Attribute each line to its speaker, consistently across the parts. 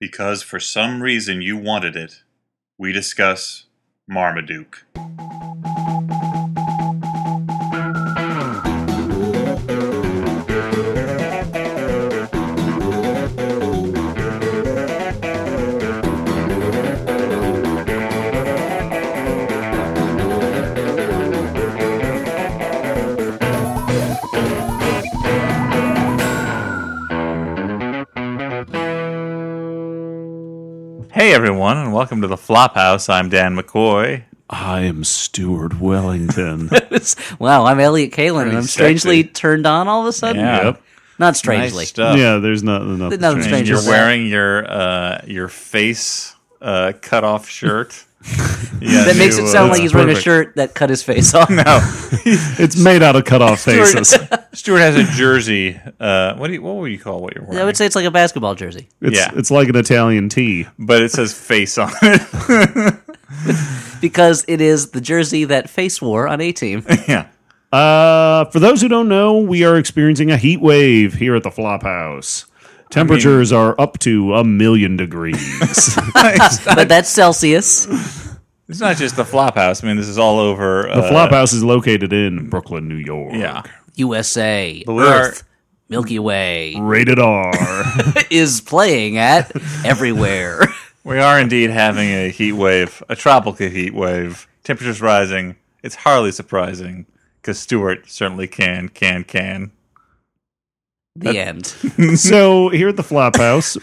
Speaker 1: because for some reason you wanted it, we discuss Marmaduke. Hey everyone, and welcome to the Flophouse. I'm Dan McCoy.
Speaker 2: I am Stuart Wellington.
Speaker 3: It's- wow, I'm Elliot Kalin, and I'm strangely
Speaker 1: sexy.
Speaker 3: turned on all of a sudden.
Speaker 1: Yeah.
Speaker 2: Yep.
Speaker 3: Not
Speaker 1: Nice
Speaker 3: strangely.
Speaker 1: stuff.
Speaker 2: yeah, there's nothing. nothing
Speaker 3: Nothing
Speaker 2: strange.
Speaker 1: And
Speaker 3: strange.
Speaker 1: you're
Speaker 3: Just-
Speaker 1: wearing your uh, your face uh, cut off shirt. yeah,
Speaker 3: that makes
Speaker 1: you,
Speaker 3: it
Speaker 1: uh,
Speaker 3: sound like
Speaker 1: that's
Speaker 3: he's wearing a
Speaker 1: perfect.
Speaker 3: shirt that cut his face off.
Speaker 2: It's made out of cut off faces.
Speaker 1: Stuart has a jersey. Uh, what do you, what would you call what you're wearing?
Speaker 3: I would say it's like a basketball jersey.
Speaker 2: It's,
Speaker 1: Yeah.
Speaker 2: it's like an Italian tea.
Speaker 1: but it says face on it.
Speaker 3: Because it is the jersey that Face wore on A Team.
Speaker 1: yeah.
Speaker 2: Uh, for those who don't know, we are experiencing a heat wave here at the Flophouse. Temperatures are up to a million degrees.
Speaker 3: but that's Celsius.
Speaker 1: It's not just the flop house. I mean, this is all over. uh,
Speaker 2: the Flophouse is located in Brooklyn, New York.
Speaker 1: Yeah.
Speaker 3: USA.
Speaker 1: we
Speaker 3: Earth.
Speaker 1: are-
Speaker 3: Milky Way
Speaker 2: Rated R.
Speaker 3: is playing at everywhere.
Speaker 1: We are indeed having a heat wave, a tropical heat wave. Temperatures rising. It's hardly surprising because Stewart certainly can, can, can.
Speaker 3: the end.
Speaker 2: so here at the Flophouse,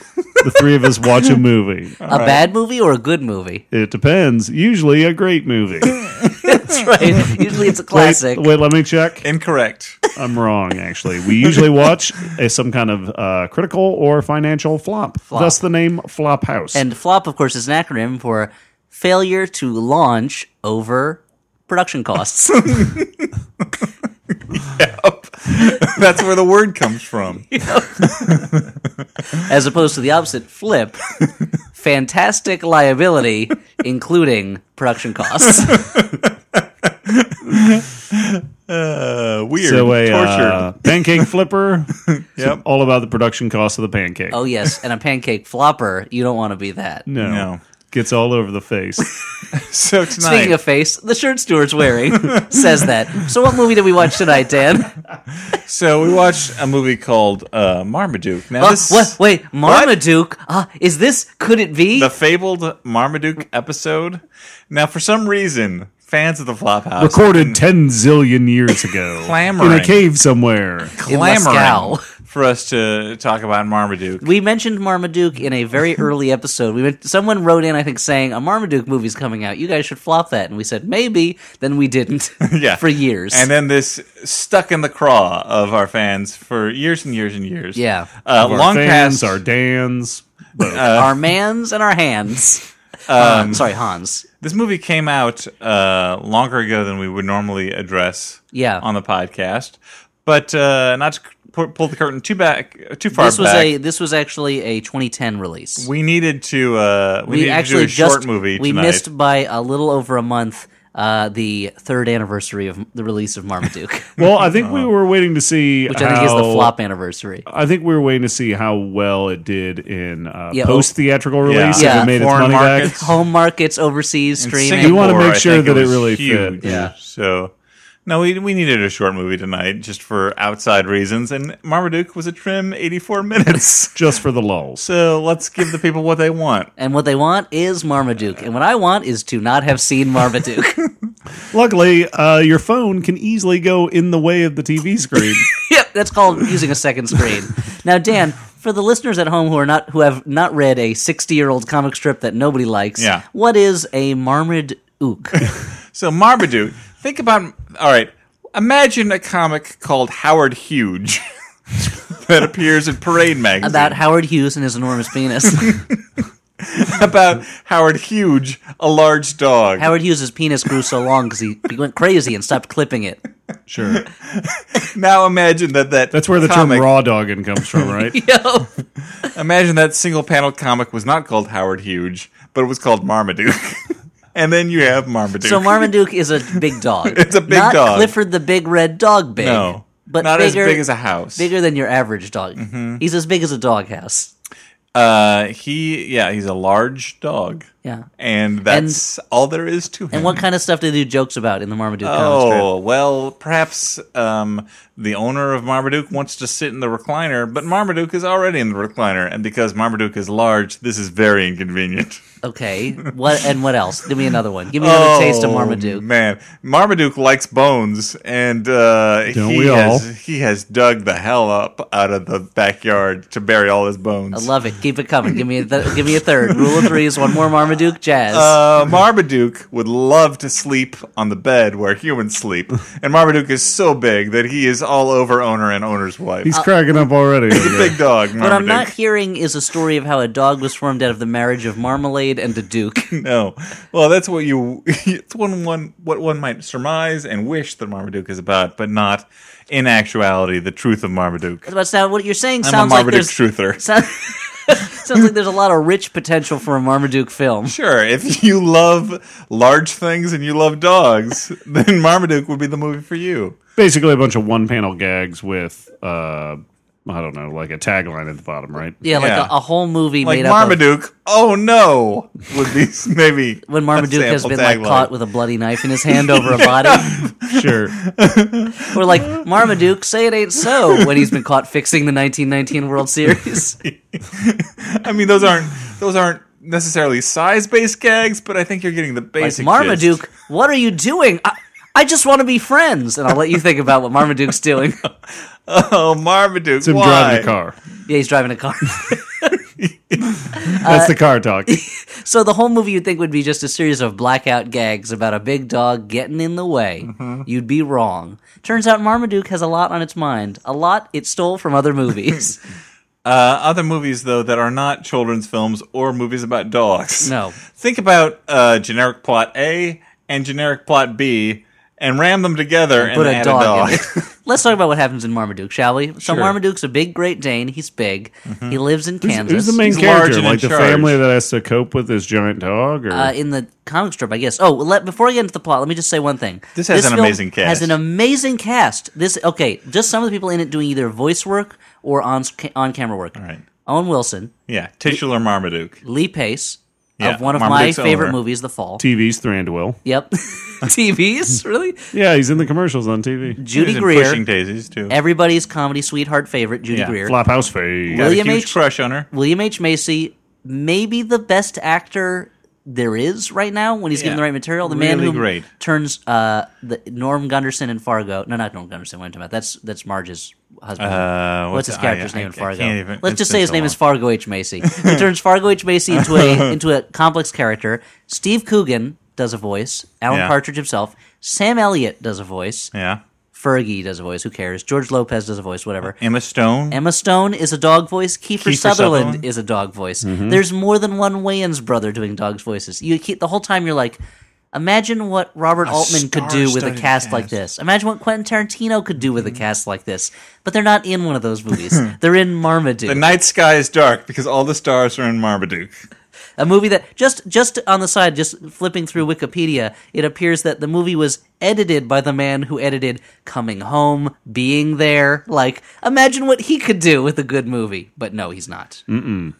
Speaker 2: the three of us watch a movie.
Speaker 3: a bad movie or a good movie?
Speaker 2: It depends. Usually a great movie.
Speaker 3: That's right. Usually it's a classic.
Speaker 2: Wait, wait, let me check.
Speaker 1: Incorrect.
Speaker 2: I'm wrong, actually. We usually watch a, some kind of uh, critical or financial flop. Thus the name Flop House.
Speaker 3: And flop, of course, is an acronym for failure to launch over production costs.
Speaker 1: That's where the word comes from.
Speaker 3: as opposed to the opposite flip fantastic liability including production costs
Speaker 1: Uh, weird.
Speaker 2: so a
Speaker 1: Tortured.
Speaker 2: uh, pancake flipper.
Speaker 1: Yep.
Speaker 2: All about the production cost of the pancake.
Speaker 3: oh yes and a pancake flopper you don't want to be that
Speaker 2: no.
Speaker 1: No.
Speaker 2: Gets all over the face.
Speaker 1: So tonight.
Speaker 3: speaking of face the shirt stewart's wearing says that so what movie did we watch tonight dan
Speaker 1: so we watched a movie called uh, Marmaduke. Now,
Speaker 3: oh,
Speaker 1: this.
Speaker 3: what wait marmaduke Ah, is this could it be
Speaker 1: The fabled Marmaduke episode. Now, for some reason, fans of the Flophouse
Speaker 2: Recorded 10 zillion years ago.
Speaker 1: Clamoring.
Speaker 2: In a cave somewhere.
Speaker 3: in
Speaker 1: clamoring
Speaker 3: Moscow.
Speaker 1: for us to talk about Marmaduke.
Speaker 3: we mentioned Marmaduke in a very early episode. We went, someone wrote in, I think, saying a Marmaduke movie's coming out. You guys should flop that, and we said maybe. Then we didn't.
Speaker 1: Yeah.
Speaker 3: for years.
Speaker 1: And uh, then this stuck in the craw of our fans for years and years and years.
Speaker 3: Yeah.
Speaker 1: Uh,
Speaker 2: Our
Speaker 1: long
Speaker 2: fans,
Speaker 1: past
Speaker 2: our Dans.
Speaker 3: our mans and our hands.
Speaker 1: Um,
Speaker 3: Han- sorry, Hans.
Speaker 1: This movie came out uh, longer ago than we would normally address
Speaker 3: Yeah.
Speaker 1: on the podcast. But uh, not to c- pu- pull the curtain too back, too far
Speaker 3: This was
Speaker 1: back.
Speaker 3: a this was actually a 2010 release.
Speaker 1: we needed to. Uh, we, needed to
Speaker 3: actually
Speaker 1: do a
Speaker 3: just
Speaker 1: short movie.
Speaker 3: we
Speaker 1: tonight.
Speaker 3: missed by a little over a month uh, the third anniversary of the release of Marmaduke,
Speaker 2: Well, I think we were waiting to see
Speaker 3: Oh. which I think is the
Speaker 2: how-
Speaker 3: flop anniversary.
Speaker 2: I think we were waiting to see how well it did in uh,
Speaker 3: Yeah,
Speaker 2: post theatrical
Speaker 1: Yeah.
Speaker 2: release.
Speaker 3: Yeah.
Speaker 2: If it made its
Speaker 1: Foreign
Speaker 2: money
Speaker 1: markets.
Speaker 2: back.
Speaker 3: Home markets, overseas
Speaker 1: And
Speaker 3: streaming.
Speaker 1: Singapore,
Speaker 2: You wanna make
Speaker 1: I
Speaker 2: sure
Speaker 1: think
Speaker 2: that it
Speaker 1: was
Speaker 2: really
Speaker 1: huge.
Speaker 2: fit.
Speaker 3: Yeah.
Speaker 1: So, no, we we needed a short movie tonight just for outside reasons, and Marmaduke was a trim 84 minutes.
Speaker 2: just for the lulls.
Speaker 1: so let's give the people what they want.
Speaker 3: And what they want is Marmaduke. And what I want is to not have seen Marmaduke.
Speaker 2: Luckily, uh, your phone can easily go in the way of the TV screen.
Speaker 3: yep, that's called using a second screen. Now, Dan, for the listeners at home who are not who have not read a sixty year old comic strip that nobody likes,
Speaker 1: Yeah.
Speaker 3: what is a Marmaduke?
Speaker 1: So Marmaduke, think about all right. Imagine a comic called Howard Huge that appears in Parade magazine
Speaker 3: About Howard Hughes and his enormous penis.
Speaker 1: about Howard Huge, a large dog.
Speaker 3: Howard Hughes' penis grew so long because he, he went crazy and stopped clipping it.
Speaker 2: sure,
Speaker 1: now imagine that that
Speaker 2: that's where the
Speaker 1: comic,
Speaker 2: term "raw dogging" comes from, right?
Speaker 3: Yo,
Speaker 1: Imagine that single panel comic was not called Howard Huge, but it was called Marmaduke. and then you have Marmaduke.
Speaker 3: so Marmaduke is a big dog.
Speaker 1: It's a big
Speaker 3: not
Speaker 1: dog.
Speaker 3: Clifford the Big Red Dog, big.
Speaker 1: no,
Speaker 3: but
Speaker 1: not
Speaker 3: bigger,
Speaker 1: as big as a Mm-hmm. house.
Speaker 3: bigger than your average dog. He's as big as a doghouse.
Speaker 1: Uh, he yeah, he's a large dog.
Speaker 3: Yeah.
Speaker 1: And that's all there is to him.
Speaker 3: And what kind of stuff do they do jokes about in the Marmaduke comic strip?
Speaker 1: Oh well, perhaps um, the owner of Marmaduke wants to sit in the recliner, but Marmaduke is already in the recliner, and because Marmaduke is large, this is very inconvenient.
Speaker 3: Okay. What and what else? Give me another one. Give me another taste of
Speaker 1: Oh,
Speaker 3: Marmaduke.
Speaker 1: Man, Marmaduke likes bones, and uh,
Speaker 2: Don't
Speaker 1: he
Speaker 2: we all?
Speaker 1: has he has dug the hell up out of the backyard to bury all his bones.
Speaker 3: I love it. Keep it coming. Give me a th- give me a third. Rule of threes. One more Marmaduke jazz.
Speaker 1: uh, Marmaduke would love to sleep on the bed where humans sleep, and Marmaduke is so big that he is all over owner and owner's wife.
Speaker 2: He's cracking up already.
Speaker 1: big dog.
Speaker 3: what I'm
Speaker 1: Marmaduke.
Speaker 3: not hearing is a story of how a dog was formed out of the marriage of Marmalade and a Duke.
Speaker 1: No. Well, that's what you. It's one one what one might surmise and wish that Marmaduke is about, but not in actuality the truth of Marmaduke.
Speaker 3: But now, what you're saying
Speaker 1: I'm
Speaker 3: sounds
Speaker 1: a
Speaker 3: like
Speaker 1: Marmaduke
Speaker 3: there's
Speaker 1: truther.
Speaker 3: sound- sounds like there's a lot of rich potential for a Marmaduke film.
Speaker 1: Sure, if you love large things and you love dogs, then Marmaduke would be the movie for you.
Speaker 2: Basically, a bunch of one-panel gags with, uh, I don't know, like a tagline at the bottom, right?
Speaker 3: Yeah, like
Speaker 1: Yeah.
Speaker 3: A, a whole movie
Speaker 1: Like
Speaker 3: made up
Speaker 1: Marmaduke, oh no, would be maybe
Speaker 3: of when Marmaduke
Speaker 1: a
Speaker 3: has
Speaker 1: sample
Speaker 3: been like
Speaker 1: tagline.
Speaker 3: caught with a bloody knife in his hand over a body.
Speaker 2: Sure.
Speaker 3: Or like Marmaduke, say it ain't so when he's been caught fixing the 1919 World Series.
Speaker 1: I mean, those aren't those aren't necessarily size based gags, but I think you're getting the
Speaker 3: Like,
Speaker 1: basic.
Speaker 3: Marmaduke,
Speaker 1: gist.
Speaker 3: what are you doing? I, I just want to be friends, and I'll let you think about what Marmaduke's doing.
Speaker 1: Oh, Marmaduke,
Speaker 2: It's him
Speaker 1: why?
Speaker 2: driving a car.
Speaker 3: Yeah, he's driving a car.
Speaker 2: That's the car talk.
Speaker 3: so the whole movie you'd think would be just a series of blackout gags about a big dog getting in the way.
Speaker 1: Mm-hmm.
Speaker 3: You'd be wrong. Turns out Marmaduke has a lot on its mind, a lot it stole from other movies.
Speaker 1: Uh, other movies, though, that are not children's films or movies about dogs.
Speaker 3: No.
Speaker 1: Think about uh, generic plot A and generic plot B and ram them together and,
Speaker 3: put a
Speaker 1: add
Speaker 3: dog,
Speaker 1: a
Speaker 3: in
Speaker 1: dog.
Speaker 3: it. Let's talk about what happens in Marmaduke, shall we? So
Speaker 1: Sure. Mm-hmm.
Speaker 3: Marmaduke's a big Great Dane. He's big. He lives in Kansas.
Speaker 2: Who's the main
Speaker 1: He's large
Speaker 2: character?
Speaker 1: and in
Speaker 2: Like the
Speaker 1: charge.
Speaker 2: family that has to cope with this giant dog? Or
Speaker 3: uh, in the comic strip, I guess. Oh, well, let, before I get into the plot, let me just say one thing.
Speaker 1: This has an
Speaker 3: film
Speaker 1: amazing cast.
Speaker 3: Has an amazing cast. This okay, just some of the people in it doing either voice work or on on camera work. All
Speaker 1: right.
Speaker 3: Owen Wilson,
Speaker 1: yeah, titular Marmaduke.
Speaker 3: Lee Pace
Speaker 1: Yeah,
Speaker 3: of one of
Speaker 1: Marmaduke's
Speaker 3: my favorite
Speaker 1: owner.
Speaker 3: movies, The Fall.
Speaker 2: TV's Thranduil.
Speaker 3: yep, TVs really.
Speaker 2: Yeah, he's in the commercials on TV.
Speaker 3: Judy
Speaker 1: He's in
Speaker 3: Greer,
Speaker 1: Pushing Daisies, too.
Speaker 3: everybody's comedy sweetheart favorite, Judy
Speaker 1: Yeah,
Speaker 3: Greer.
Speaker 2: Flophouse face.
Speaker 1: Got a
Speaker 3: William
Speaker 1: huge
Speaker 3: H.
Speaker 1: crush on her.
Speaker 3: William H. Macy, maybe the best actor there is right now when he's given
Speaker 1: Yeah.
Speaker 3: the right material. The man
Speaker 1: Really
Speaker 3: who
Speaker 1: great.
Speaker 3: turns uh, the Norm Gunderson in Fargo. No, not Norm Gunderson. What am I talking about? That's that's Marge's husband.
Speaker 1: Uh,
Speaker 3: What's his character's
Speaker 1: I-
Speaker 3: name
Speaker 1: I-
Speaker 3: in
Speaker 1: I
Speaker 3: Fargo?
Speaker 1: can't even-
Speaker 3: Let's
Speaker 1: it's
Speaker 3: just
Speaker 1: been
Speaker 3: say his
Speaker 1: so
Speaker 3: name
Speaker 1: long.
Speaker 3: is Fargo H. Macy. He turns Fargo H. Macy into a into a complex character. Steve Coogan does a voice. Alan
Speaker 1: Yeah.
Speaker 3: Partridge himself. Sam Elliott does a voice.
Speaker 1: Yeah.
Speaker 3: Fergie does a voice. Who cares? George Lopez does a voice. Whatever.
Speaker 1: Emma Stone.
Speaker 3: Emma Stone is a dog voice. Kiefer,
Speaker 1: Mm-hmm. Kiefer
Speaker 3: Sutherland,
Speaker 1: Sutherland?
Speaker 3: is a dog voice. There's more than one Wayans brother doing dog voices. You keep, the whole time you're like, imagine what Robert Altman could do with a
Speaker 1: star-studded
Speaker 3: cast, like
Speaker 1: cast.
Speaker 3: this. Imagine what Quentin Tarantino could do with a cast like this. But they're not in one of those movies. they're in Marmaduke,
Speaker 1: the night sky is dark because all the stars are in Marmaduke.
Speaker 3: a movie that just just on the side, just flipping through Wikipedia, it appears that the movie was edited by the man who edited Coming Home, Being There. Like, imagine what he could do with a good movie. But no, he's not. Mm-mm.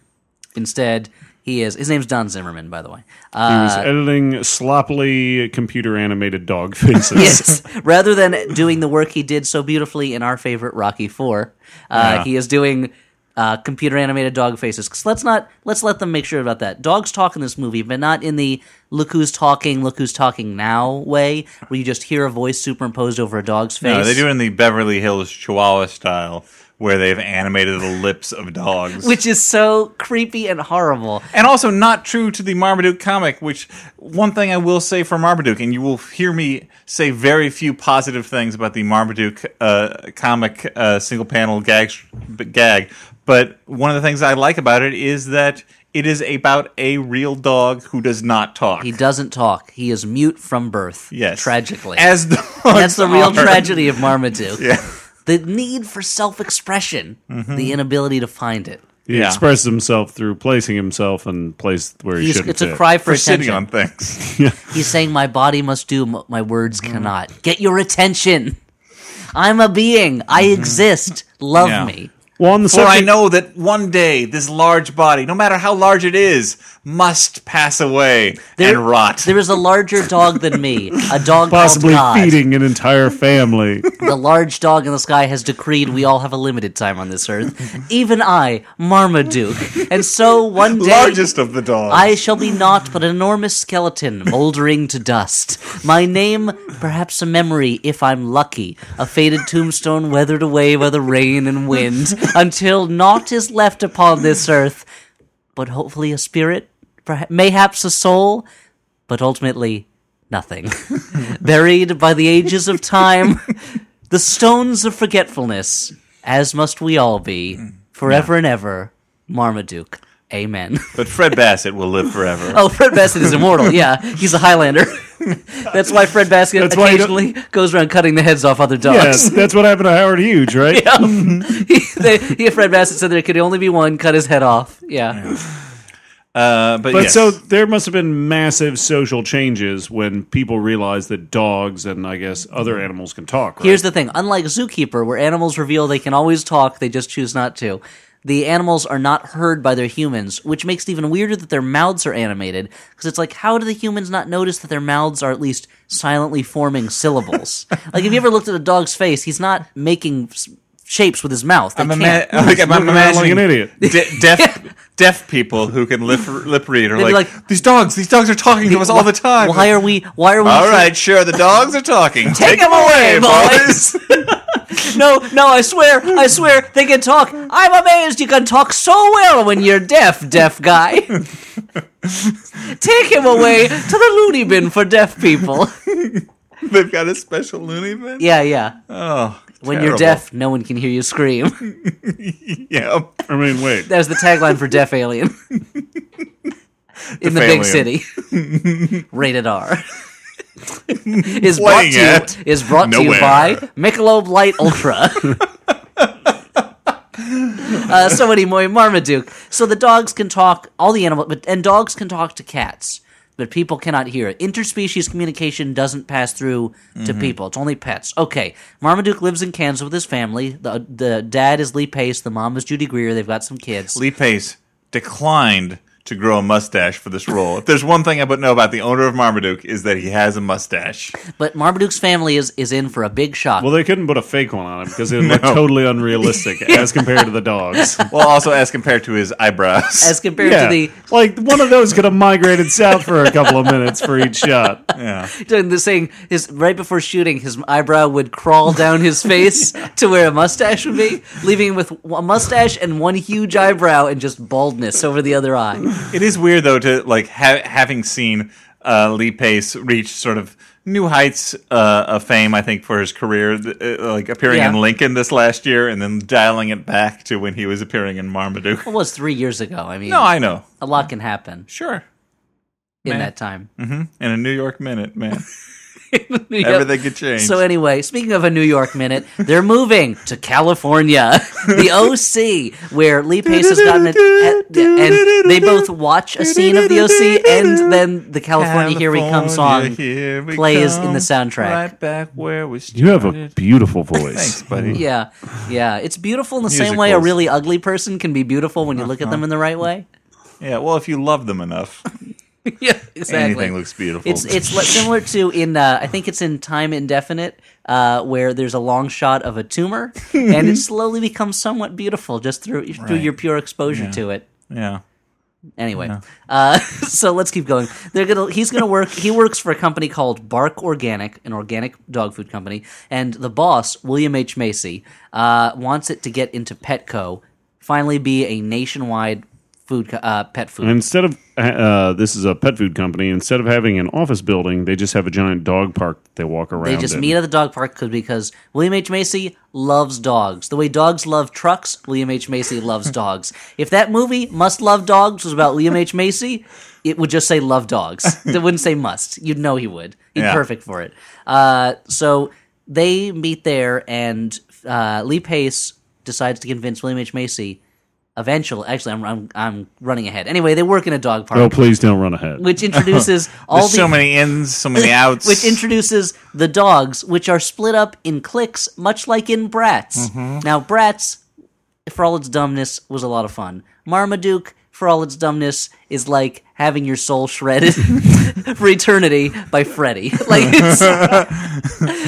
Speaker 3: Instead, he is. His name's Don Zimmerman, by the way.
Speaker 2: He
Speaker 3: Uh,
Speaker 2: was editing sloppily computer animated dog faces.
Speaker 3: yes. Rather than doing the work he did so beautifully in our favorite Rocky Four, uh,
Speaker 1: Yeah.
Speaker 3: he is doing uh, computer animated dog faces. Because let's not let's let them make sure about that. Dogs talk in this movie, but not in the look who's talking, look who's talking now way, where you just hear a voice superimposed over a dog's face.
Speaker 1: No, they do it in the Beverly Hills Chihuahua style, where they've animated the lips of dogs,
Speaker 3: Which is so creepy and horrible.
Speaker 1: and also not true to the Marmaduke comic. Which one thing I will say for Marmaduke, and you will hear me say very few positive things about the Marmaduke uh, comic uh, single panel gag, gag. But one of the things I like about it is that it is about a real dog who does not talk.
Speaker 3: He doesn't talk. He is mute from birth.
Speaker 1: yes,
Speaker 3: Tragically.
Speaker 1: as dogs
Speaker 3: That's the real
Speaker 1: are.
Speaker 3: tragedy of Marmaduke. The need for self expression,
Speaker 1: Mm-hmm.
Speaker 3: the inability to find it.
Speaker 2: He
Speaker 1: Yeah.
Speaker 2: expresses himself through placing himself in place where he
Speaker 3: He's,
Speaker 2: shouldn't.
Speaker 3: it's a
Speaker 2: fit.
Speaker 3: cry for,
Speaker 1: for sitting
Speaker 3: attention.
Speaker 1: on things.
Speaker 3: He's saying, My body must do, m- my words
Speaker 2: Mm-hmm. Mm-hmm.
Speaker 3: cannot. Get your attention. I'm a being. I exist. Love
Speaker 1: Yeah.
Speaker 3: me.
Speaker 2: Well, on the
Speaker 1: For I
Speaker 2: subject,
Speaker 1: know that one day this large body, no matter how large it is, must pass away and rot.
Speaker 3: There is a larger dog than me, a dog
Speaker 2: possibly
Speaker 3: called God.
Speaker 2: feeding an entire family.
Speaker 3: The large dog in the sky has decreed we all have a limited time on this earth. Even I, Marmaduke. And so one day.
Speaker 1: Largest of the dogs.
Speaker 3: I shall be naught but an enormous skeleton mouldering to dust. My name, perhaps a memory, if I'm lucky, a faded tombstone weathered away by the rain and wind, until naught is left upon this earth, but hopefully a spirit, perha- mayhaps a soul, but ultimately nothing. Buried by the ages of time, the stones of forgetfulness, as must we all be, forever and ever, Marmaduke. Amen.
Speaker 1: but Fred Bassett will live forever.
Speaker 3: Oh, Fred Bassett is immortal. Yeah, he's a Highlander. That's why Fred Bassett
Speaker 2: That's why he don't-
Speaker 3: occasionally goes around cutting the heads off other
Speaker 2: yes,
Speaker 3: dogs.
Speaker 2: that's what happened to Howard Hughes, right?
Speaker 3: he, they, he, Fred Bassett said there could only be one. Cut his head off. Yeah,
Speaker 1: Uh, but
Speaker 2: But
Speaker 1: yes.
Speaker 2: so there must have been massive social changes when people realized that dogs and I guess other animals can talk. Right?
Speaker 3: Here's the thing: unlike Zookeeper, where animals reveal they can always talk, they just choose not to. The animals are not heard by their humans, which makes it even weirder that their mouths are animated. Because it's like, how do the humans not notice that their mouths are at least silently forming syllables? like, if you ever looked at a dog's face, he's not making s- shapes with his mouth. They
Speaker 1: I'm,
Speaker 3: can't.
Speaker 1: ima- like, I'm
Speaker 2: looking around
Speaker 1: imagining
Speaker 2: like an idiot.
Speaker 1: de- deaf, deaf people who can lip, lip read are
Speaker 3: They'd be
Speaker 1: like,
Speaker 3: like,
Speaker 1: these dogs, these dogs are talking to us all the time.
Speaker 3: Why are we? Why are we?
Speaker 1: all right, sure, the dogs are talking. Take
Speaker 3: 'em
Speaker 1: them away,
Speaker 3: away,
Speaker 1: boys.
Speaker 3: No, no. I swear, I swear, they can talk. I'm amazed you can talk so well when you're deaf, deaf guy. Take him away to the loony bin for deaf people.
Speaker 1: They've got a special loony bin.
Speaker 3: Yeah, yeah.
Speaker 1: Oh,
Speaker 3: When you're
Speaker 1: terrible.
Speaker 3: deaf, no one can hear you scream.
Speaker 1: yeah.
Speaker 2: I mean, wait.
Speaker 3: That was the tagline for Deaf Alien in the
Speaker 1: Alien.
Speaker 3: big city. Rated R. is brought
Speaker 1: Playing
Speaker 3: to you,
Speaker 1: at
Speaker 3: is brought to
Speaker 1: nowhere.
Speaker 3: you by Michelob Light Ultra. uh, so anyway, Marmaduke. So the dogs can talk. All the animals, but and dogs can talk to cats, but people cannot hear it. Interspecies communication doesn't pass through to
Speaker 1: Mm-hmm.
Speaker 3: people. It's only pets. Okay, Marmaduke lives in Kansas with his family. The the dad is Lee Pace. The mom is Judy Greer. They've got some kids.
Speaker 1: Lee Pace declined to grow a mustache for this role. If there's one thing I but know about the owner of Marmaduke is that he has a mustache.
Speaker 3: But Marmaduke's family is is in for a big shock.
Speaker 2: Well, they couldn't put a fake one on him because it would look totally unrealistic as compared to the dogs.
Speaker 1: Well, also as compared to his eyebrows.
Speaker 3: as compared
Speaker 2: yeah,
Speaker 3: to the
Speaker 2: like one of those could have migrated south for a couple of minutes for each shot.
Speaker 1: yeah.
Speaker 3: doing the saying his right before shooting his eyebrow would crawl down his face to where a mustache would be leaving him with a mustache and one huge eyebrow and just baldness over the other eye
Speaker 1: It is weird though to like ha- having seen uh, Lee Pace reach sort of new heights uh, of fame. I think for his career, th- uh, like appearing
Speaker 3: Yeah.
Speaker 1: in Lincoln this last year, and then dialing it back to when he was appearing in Marmaduke.
Speaker 3: it was three years ago i mean
Speaker 1: No, I know,
Speaker 3: a lot can happen
Speaker 1: sure.
Speaker 3: in
Speaker 1: Man.
Speaker 3: that time
Speaker 1: In a New York minute, man, Mm-hmm.
Speaker 3: Yep.
Speaker 1: everything could change.
Speaker 3: So anyway, speaking of a New York minute, they're moving to California, the OC, where Lee Pace has gotten it, and they both watch a scene of the OC, and then the California, Here We Come song.
Speaker 1: Here We
Speaker 3: plays in
Speaker 1: Come,
Speaker 3: the soundtrack.
Speaker 1: Right back where we started.
Speaker 2: You have a beautiful voice.
Speaker 1: Thanks, buddy.
Speaker 3: Yeah, yeah, it's beautiful in the same way a
Speaker 1: Musicals. Uh-huh.
Speaker 3: really ugly person can be beautiful when you look at them in the right way.
Speaker 1: Yeah, well, if you love them enough,
Speaker 3: yeah, exactly.
Speaker 1: anything looks beautiful.
Speaker 3: It's it's li- similar to in uh, I think it's in Time Indefinite uh, where there's a long shot of a tumor and it slowly becomes somewhat beautiful just through through your pure exposure to it.
Speaker 1: yeah.
Speaker 3: Anyway, uh, so let's keep going. They're gonna. He's gonna work. He works for a company called Bark Organic, an organic dog food company, and the boss William H Macy uh, wants it to get into Petco, finally be a nationwide food co- uh, pet food.
Speaker 2: Instead of uh, this is a pet food company. Instead of having an office building, they just have a giant dog park that they walk around.
Speaker 3: They just
Speaker 2: in.
Speaker 3: meet at the dog park 'cause- because William H. Macy loves dogs. The way dogs love trucks, William H. Macy loves dogs. If that movie, Must Love Dogs, was about William H. Macy, it would just say love dogs. It wouldn't say must. You'd know he would. He'd
Speaker 1: Yeah.
Speaker 3: perfect for it. Uh, so they meet there, and uh, Lee Pace decides to convince William H. Macy. Eventually, actually, I'm, I'm I'm running ahead. Anyway, they work in a dog park,
Speaker 2: Oh, please don't run ahead.
Speaker 3: which introduces all
Speaker 1: There's
Speaker 3: the
Speaker 1: so many ins, so many outs.
Speaker 3: which introduces the dogs, which are split up in cliques, much like in Bratz. Now, Bratz, for all its dumbness, was a lot of fun. Marmaduke, for all its dumbness, is like having your soul shredded for eternity by Freddy. Like it's,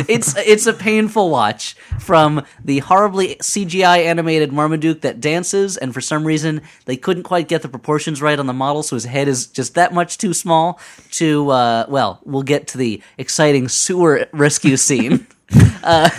Speaker 3: it's it's a painful watch from the horribly CGI animated Marmaduke that dances, and for some reason they couldn't quite get the proportions right on the model, so his head is just that much too small. To uh, well, we'll get to the exciting sewer rescue scene. uh,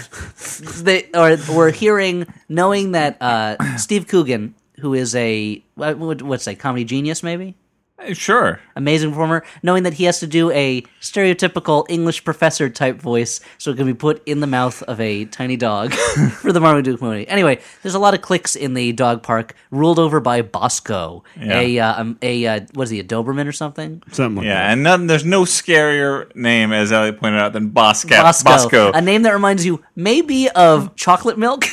Speaker 3: they or we're hearing, knowing that uh, Steve Coogan, who is a what- what- what's a comedy genius, maybe
Speaker 1: Eh, Sure.
Speaker 3: amazing performer, knowing that he has to do a stereotypical English professor type voice so it can be put in the mouth of a tiny dog for the Marmaduke movie. Anyway, there's a lot of clicks in the dog park, ruled over by Bosco, a uh, um, a uh, what is he, a Doberman or something?
Speaker 2: Something like
Speaker 1: Yeah, and none, there's no scarier name, as Ellie pointed out, than Bosco.
Speaker 3: Bosco,
Speaker 1: Bosco.
Speaker 3: a name that reminds you maybe of chocolate milk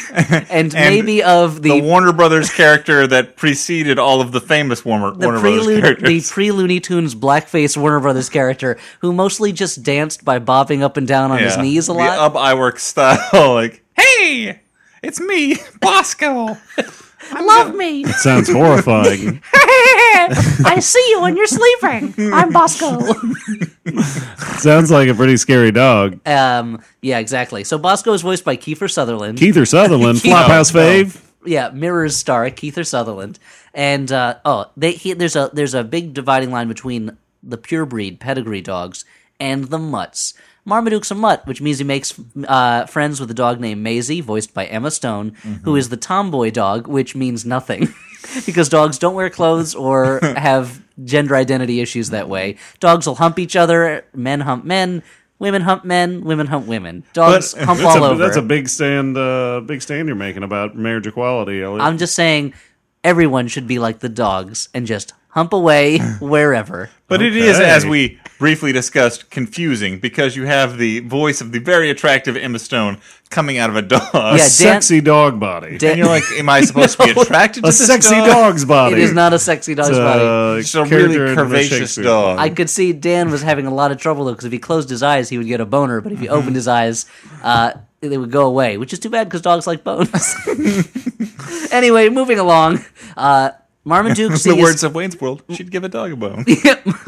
Speaker 3: and, maybe of
Speaker 1: the
Speaker 3: the.
Speaker 1: Warner Brothers character that preceded all of the famous Warner,
Speaker 3: the
Speaker 1: Warner Brothers
Speaker 3: prelude,
Speaker 1: characters.
Speaker 3: the pre Looney Tunes blackface Warner Brothers character, who mostly just danced by bobbing up and down on his
Speaker 1: Yeah.
Speaker 3: knees a lot.
Speaker 1: The Ub Iwerk style, like, hey, it's me, Bosco.
Speaker 4: Love me.
Speaker 2: that. Sounds horrifying.
Speaker 4: I see you when you're sleeping. I'm Bosco.
Speaker 2: Sounds like a pretty scary dog.
Speaker 3: Um, yeah, exactly. So Bosco is voiced by Kiefer Sutherland.
Speaker 2: Keither Sutherland,
Speaker 3: Keith-
Speaker 2: Flophouse
Speaker 1: No, no.
Speaker 2: fave.
Speaker 3: yeah, Mirrors star Kiefer Sutherland, and uh, oh, they, he, there's a there's a big dividing line between the pure breed pedigree dogs and the mutts. Marmaduke's a mutt, which means he makes uh, friends with a dog named Maisie, voiced by Emma Stone,
Speaker 2: Mm-hmm.
Speaker 3: who is the tomboy dog, which means nothing because dogs don't wear clothes or have gender identity issues that way. Dogs will hump each other. Men hump men. Women hump men. Women hump women. Dogs hump
Speaker 2: that's,
Speaker 3: all
Speaker 2: a,
Speaker 3: over.
Speaker 2: that's a big stand, uh, big stand you're making about marriage equality, Elliot.
Speaker 3: I'm just saying everyone should be like the dogs and just hump away wherever.
Speaker 1: But it is,
Speaker 2: Okay.
Speaker 1: as we briefly discussed, confusing because you have the voice of the very attractive Emma Stone coming out of a dog.
Speaker 3: Yeah,
Speaker 2: sexy dog body.
Speaker 3: uh, Dan-
Speaker 1: And you're like, am I supposed to be attracted to
Speaker 2: a
Speaker 1: this
Speaker 2: sexy
Speaker 1: dog?
Speaker 2: dog's body.
Speaker 3: it is not a sexy dog's body.
Speaker 2: Uh,
Speaker 1: It's a really
Speaker 2: character in the
Speaker 1: curvaceous
Speaker 2: Shakespeare.
Speaker 1: dog.
Speaker 3: I could see Dan was having a lot of trouble though, because if he closed his eyes, he would get a boner. But if he opened his eyes, uh, they would go away, which is too bad because dogs like bones. anyway, moving along. Uh, Marmaduke
Speaker 1: the
Speaker 3: sees
Speaker 1: words of Wayne's World, she'd give a dog a bone.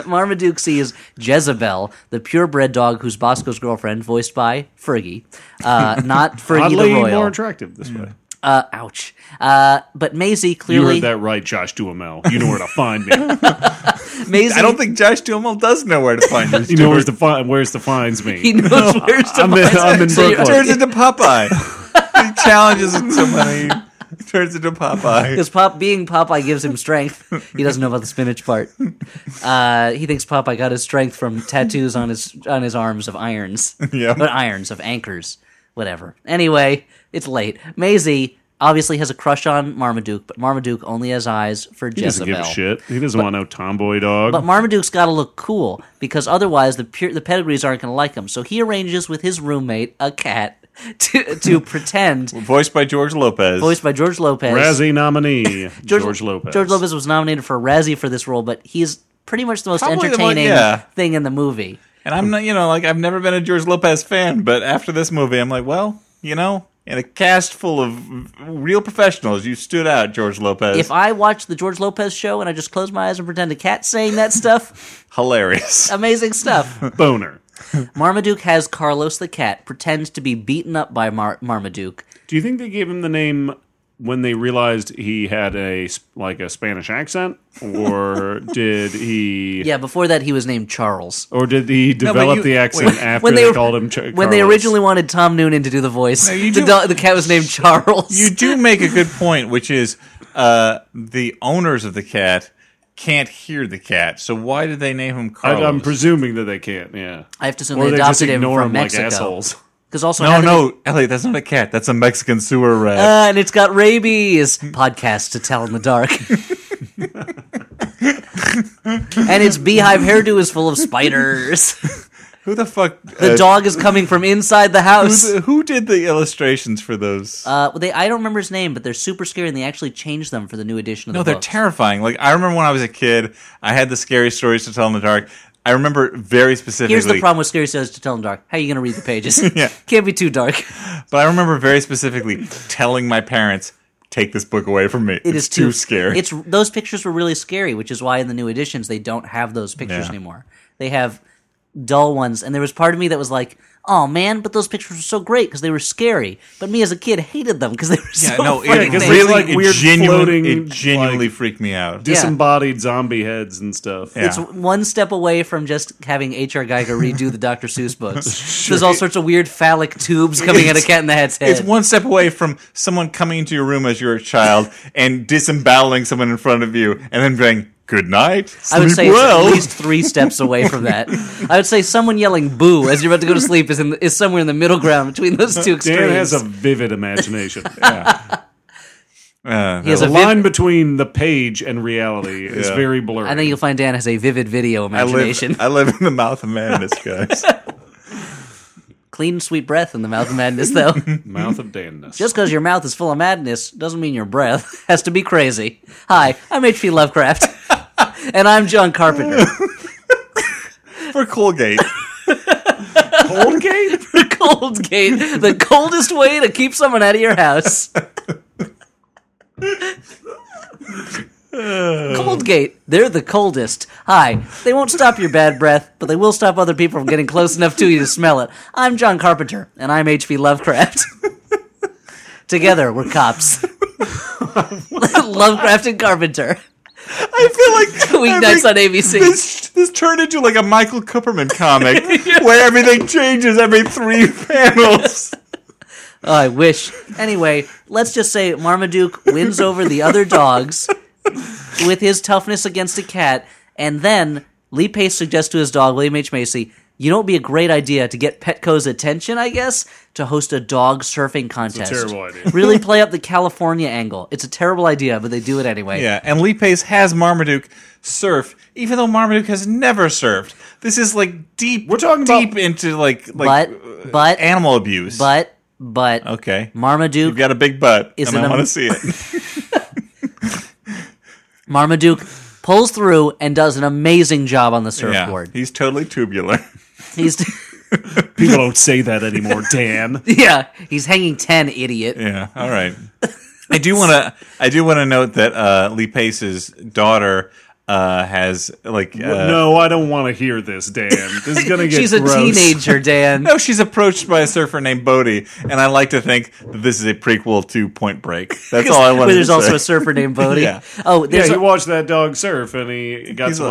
Speaker 3: Marmaduke sees Jezebel, the purebred dog who's Bosco's girlfriend, voiced by Fergie, uh, not Fergie
Speaker 2: Oddly
Speaker 3: the Royal.
Speaker 2: more attractive this way.
Speaker 3: Uh, ouch. Uh, but Maisie
Speaker 2: You
Speaker 3: clearly.
Speaker 2: heard that right, Josh Duhamel. You know where to find me.
Speaker 3: Maisie,
Speaker 1: I don't think Josh Duhamel does know where to find this.
Speaker 2: You know where's the find. Where's the finds me.
Speaker 3: he knows where to
Speaker 2: I'm in,
Speaker 3: find
Speaker 2: I'm in
Speaker 3: So you're-
Speaker 1: turns
Speaker 2: Brooklyn.
Speaker 1: into Popeye. he challenges somebody, turns into Popeye.
Speaker 3: Because Pop being Popeye gives him strength. He doesn't know about the spinach part. Uh, he thinks Popeye got his strength from tattoos on his on his arms of irons.
Speaker 1: Yeah.
Speaker 3: But irons of anchors. Whatever. Anyway, it's late. Maisie obviously has a crush on Marmaduke, but Marmaduke only has eyes for
Speaker 2: He doesn't
Speaker 3: Jezebel.
Speaker 2: give a shit. He doesn't want no tomboy dog.
Speaker 3: But Marmaduke's got to look cool because otherwise the pure, the pedigrees aren't going to like him. So he arranges with his roommate, a cat, to to pretend.
Speaker 1: Voiced by George Lopez.
Speaker 3: Voiced by George Lopez.
Speaker 2: Razzie nominee George, Lopez.
Speaker 3: George Lopez was nominated for a Razzie for this role, but he's pretty much the most
Speaker 1: Probably the
Speaker 3: entertaining
Speaker 1: one- yeah.
Speaker 3: thing in the movie.
Speaker 1: and I'm not, you know, like I've never been a George Lopez fan, but after this movie, I'm like, well, you know, in a cast full of real professionals, you stood out, George Lopez.
Speaker 3: If I watch the George Lopez show and I just close my eyes and pretend a cat's saying that stuff,
Speaker 1: Hilarious.
Speaker 3: amazing stuff.
Speaker 2: Boner.
Speaker 3: Marmaduke has Carlos the cat pretend to be beaten up by Mar- Marmaduke.
Speaker 2: Do you think they gave him the name when they realized he had a s- like a Spanish accent, or did he?
Speaker 3: Yeah, before that he was named Charles.
Speaker 2: Or did he develop
Speaker 1: you-
Speaker 2: the accent
Speaker 1: wait,
Speaker 2: after
Speaker 3: when
Speaker 2: they,
Speaker 3: they were-
Speaker 2: called him? Ch-
Speaker 3: when they
Speaker 2: Carlos?
Speaker 3: originally wanted Tom Noonan to do the voice,
Speaker 1: you
Speaker 3: the,
Speaker 1: do-
Speaker 3: dog, the cat was named Charles.
Speaker 1: you do make a good point, which is uh, the owners of the cat can't hear the cat. So why did they name him
Speaker 2: I,
Speaker 1: Carlos?
Speaker 2: I'm presuming that they can't. Yeah,
Speaker 3: I have to assume
Speaker 2: or
Speaker 3: they
Speaker 2: they just
Speaker 3: adopted him
Speaker 2: ignore
Speaker 3: from
Speaker 2: him like
Speaker 3: Mexico.
Speaker 2: assholes.
Speaker 3: Because also, how
Speaker 1: Oh, no,
Speaker 3: do
Speaker 1: no, Elliot, that's not a cat. That's a Mexican sewer rat.
Speaker 3: they- uh, and it's got rabies. Podcast to tell in the dark. and its beehive hairdo is full of spiders.
Speaker 1: who the fuck?
Speaker 3: The
Speaker 1: uh,
Speaker 3: dog is coming from inside the house.
Speaker 1: Who, who did the illustrations for those?
Speaker 3: Uh, they, I don't remember his name, but they're super scary, and they actually changed them for the new edition of
Speaker 1: no,
Speaker 3: the
Speaker 1: they're
Speaker 3: book.
Speaker 1: terrifying. Like I remember when I was a kid, I had the scary stories to tell in the dark. I remember very specifically.
Speaker 3: Here's the problem with Scary Stories to Tell in the Dark. How are you going to read the pages?
Speaker 1: Yeah.
Speaker 3: Can't be too dark.
Speaker 1: But I remember very specifically telling my parents, take this book away from me.
Speaker 3: It
Speaker 1: it's
Speaker 3: is
Speaker 1: too, scary.
Speaker 3: It's those pictures were really scary, which is why in the new editions they don't have those pictures
Speaker 1: Yeah.
Speaker 3: anymore. They have dull ones, and there was part of me that was like, "Oh man!" But those pictures were so great because they were scary. But me as a kid hated them because they were
Speaker 1: yeah,
Speaker 3: so
Speaker 1: no, it,
Speaker 3: funny.
Speaker 1: it
Speaker 2: 'cause
Speaker 3: things.
Speaker 2: it's
Speaker 1: really
Speaker 2: like
Speaker 1: it
Speaker 2: weird
Speaker 1: genuine-
Speaker 2: floating,
Speaker 1: it genuinely
Speaker 2: like-
Speaker 1: freaked me out.
Speaker 3: Yeah.
Speaker 2: disembodied zombie heads and stuff.
Speaker 1: Yeah.
Speaker 3: It's one step away from just having H.R. Geiger redo the Dr. Seuss books. There's all sorts of weird phallic tubes coming out of
Speaker 1: It's-
Speaker 3: Cat in the Hat's head.
Speaker 1: It's one step away from someone coming into your room as you're a child and disemboweling someone in front of you and then being, good night, sleep
Speaker 3: I would say
Speaker 1: well.
Speaker 3: it's at least three steps away from that. I would say someone yelling "boo" as you're about to go to sleep is in the, is somewhere in the middle ground between those two extremes.
Speaker 2: Dan has a vivid imagination.
Speaker 1: Uh,
Speaker 3: He has
Speaker 2: The
Speaker 3: a vid-
Speaker 2: line between the page and reality is
Speaker 1: Yeah.
Speaker 2: very blurry.
Speaker 3: I think you'll find Dan has a vivid video
Speaker 1: I live,
Speaker 3: imagination.
Speaker 1: I live in the mouth of madness, guys.
Speaker 3: Clean, sweet breath in the mouth of madness, though.
Speaker 2: Mouth of Danness.
Speaker 3: Just because your mouth is full of madness doesn't mean your breath has to be crazy. Hi, I'm H.P. Lovecraft, and I'm John Carpenter.
Speaker 1: For Colgate.
Speaker 2: Colgate?
Speaker 3: Cold gate, the coldest way to keep someone out of your house. Cold gate, they're the coldest. Hi, they won't stop your bad breath, but they will stop other people from getting close enough to you to smell it. I'm John Carpenter, and I'm H.P. Lovecraft. Together, we're cops. Lovecraft and Carpenter.
Speaker 1: I feel like
Speaker 3: Weeknights
Speaker 1: every-
Speaker 3: on ABC.
Speaker 1: This this turned into like a Michael Cooperman comic where everything changes every three panels.
Speaker 3: Oh, I wish. Anyway, let's just say Marmaduke wins over the other dogs with his toughness against a cat, and then Lee Pace suggests to his dog, William H. Macy, you know it would be a great idea to get Petco's attention, I guess, to host a dog surfing contest.
Speaker 2: Terrible idea.
Speaker 3: Really play up the California angle. It's a terrible idea, but they do it anyway.
Speaker 1: Yeah, and Lee Pace has Marmaduke surf, even though Marmaduke has never surfed. This is like deep.
Speaker 2: We're talking about-
Speaker 1: deep into like like
Speaker 3: But, but,
Speaker 1: animal abuse.
Speaker 3: but, but,
Speaker 1: okay,
Speaker 3: Marmaduke
Speaker 1: you've got a big butt,
Speaker 3: Is
Speaker 1: and
Speaker 3: it
Speaker 1: I
Speaker 3: a-
Speaker 1: want to see it.
Speaker 3: Marmaduke pulls through and does an amazing job on the
Speaker 1: yeah,
Speaker 3: surfboard.
Speaker 1: he's totally tubular.
Speaker 3: He's
Speaker 2: People don't say that anymore, Dan.
Speaker 3: Yeah, he's hanging ten, idiot.
Speaker 1: Yeah. All right. I do want to. I do want to note that uh, Lee Pace's daughter uh, has like. Uh,
Speaker 2: no, I don't want to hear this, Dan. This is going to get
Speaker 3: She's a
Speaker 2: gross.
Speaker 3: teenager, Dan.
Speaker 1: No, she's approached by a surfer named Bodie, and I like to think that this is a prequel to Point Break. That's all I
Speaker 3: Where
Speaker 1: want to
Speaker 3: there's
Speaker 1: say.
Speaker 3: also a surfer named Bodie.
Speaker 1: Yeah.
Speaker 3: Oh,
Speaker 2: Yeah,
Speaker 3: there's
Speaker 2: he
Speaker 3: a-
Speaker 2: watched that dog surf and he got some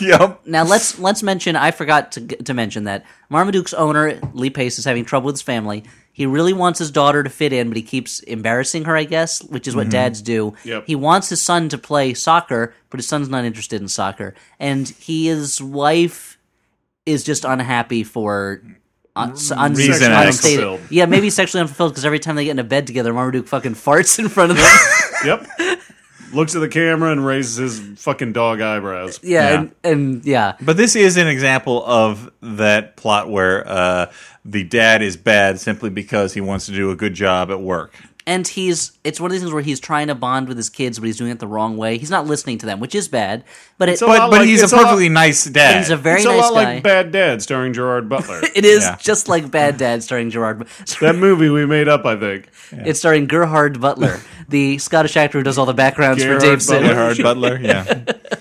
Speaker 1: yep.
Speaker 3: now let's let's mention. I forgot to g- to mention that Marmaduke's owner Lee Pace is having trouble with his family. He really wants his daughter to fit in, but he keeps embarrassing her. I guess, which is what dads do.
Speaker 2: Mm-hmm. Yep.
Speaker 3: He wants his son to play soccer, but his son's not interested in soccer, and he, his wife is just unhappy for. Un- s- un-
Speaker 1: Reason
Speaker 3: unstated-
Speaker 2: Mm, unfulfilled.
Speaker 3: Yeah, maybe sexually unfulfilled because every time they get into bed together, Marmaduke fucking farts in front of them.
Speaker 2: yep. Looks at the camera and raises his fucking dog eyebrows.
Speaker 3: yeah,
Speaker 1: Yeah.
Speaker 3: And, and yeah,
Speaker 1: But this is an example of that plot where uh, the dad is bad simply because he wants to do a good job at work.
Speaker 3: and he's it's one of these things where he's trying to bond with his kids, but he's doing it the wrong way. He's not listening to them, which is bad. But it,
Speaker 2: a lot
Speaker 1: But but
Speaker 2: like-
Speaker 1: he's a
Speaker 2: it's a lot-
Speaker 1: perfectly nice dad.
Speaker 3: he's a very
Speaker 2: it's a
Speaker 3: nice
Speaker 2: lot
Speaker 3: guy.
Speaker 2: like Bad Dad starring Gerard Butler.
Speaker 3: it is
Speaker 1: Yeah.
Speaker 3: just like Bad Dad starring Gerard.
Speaker 2: that movie we made up, I think.
Speaker 3: It's starring Gerhard Butler, the Scottish actor who does all the backgrounds
Speaker 2: Gerhard
Speaker 3: for Dave Sitter.
Speaker 2: Butler.
Speaker 1: Gerhard Butler. Yeah.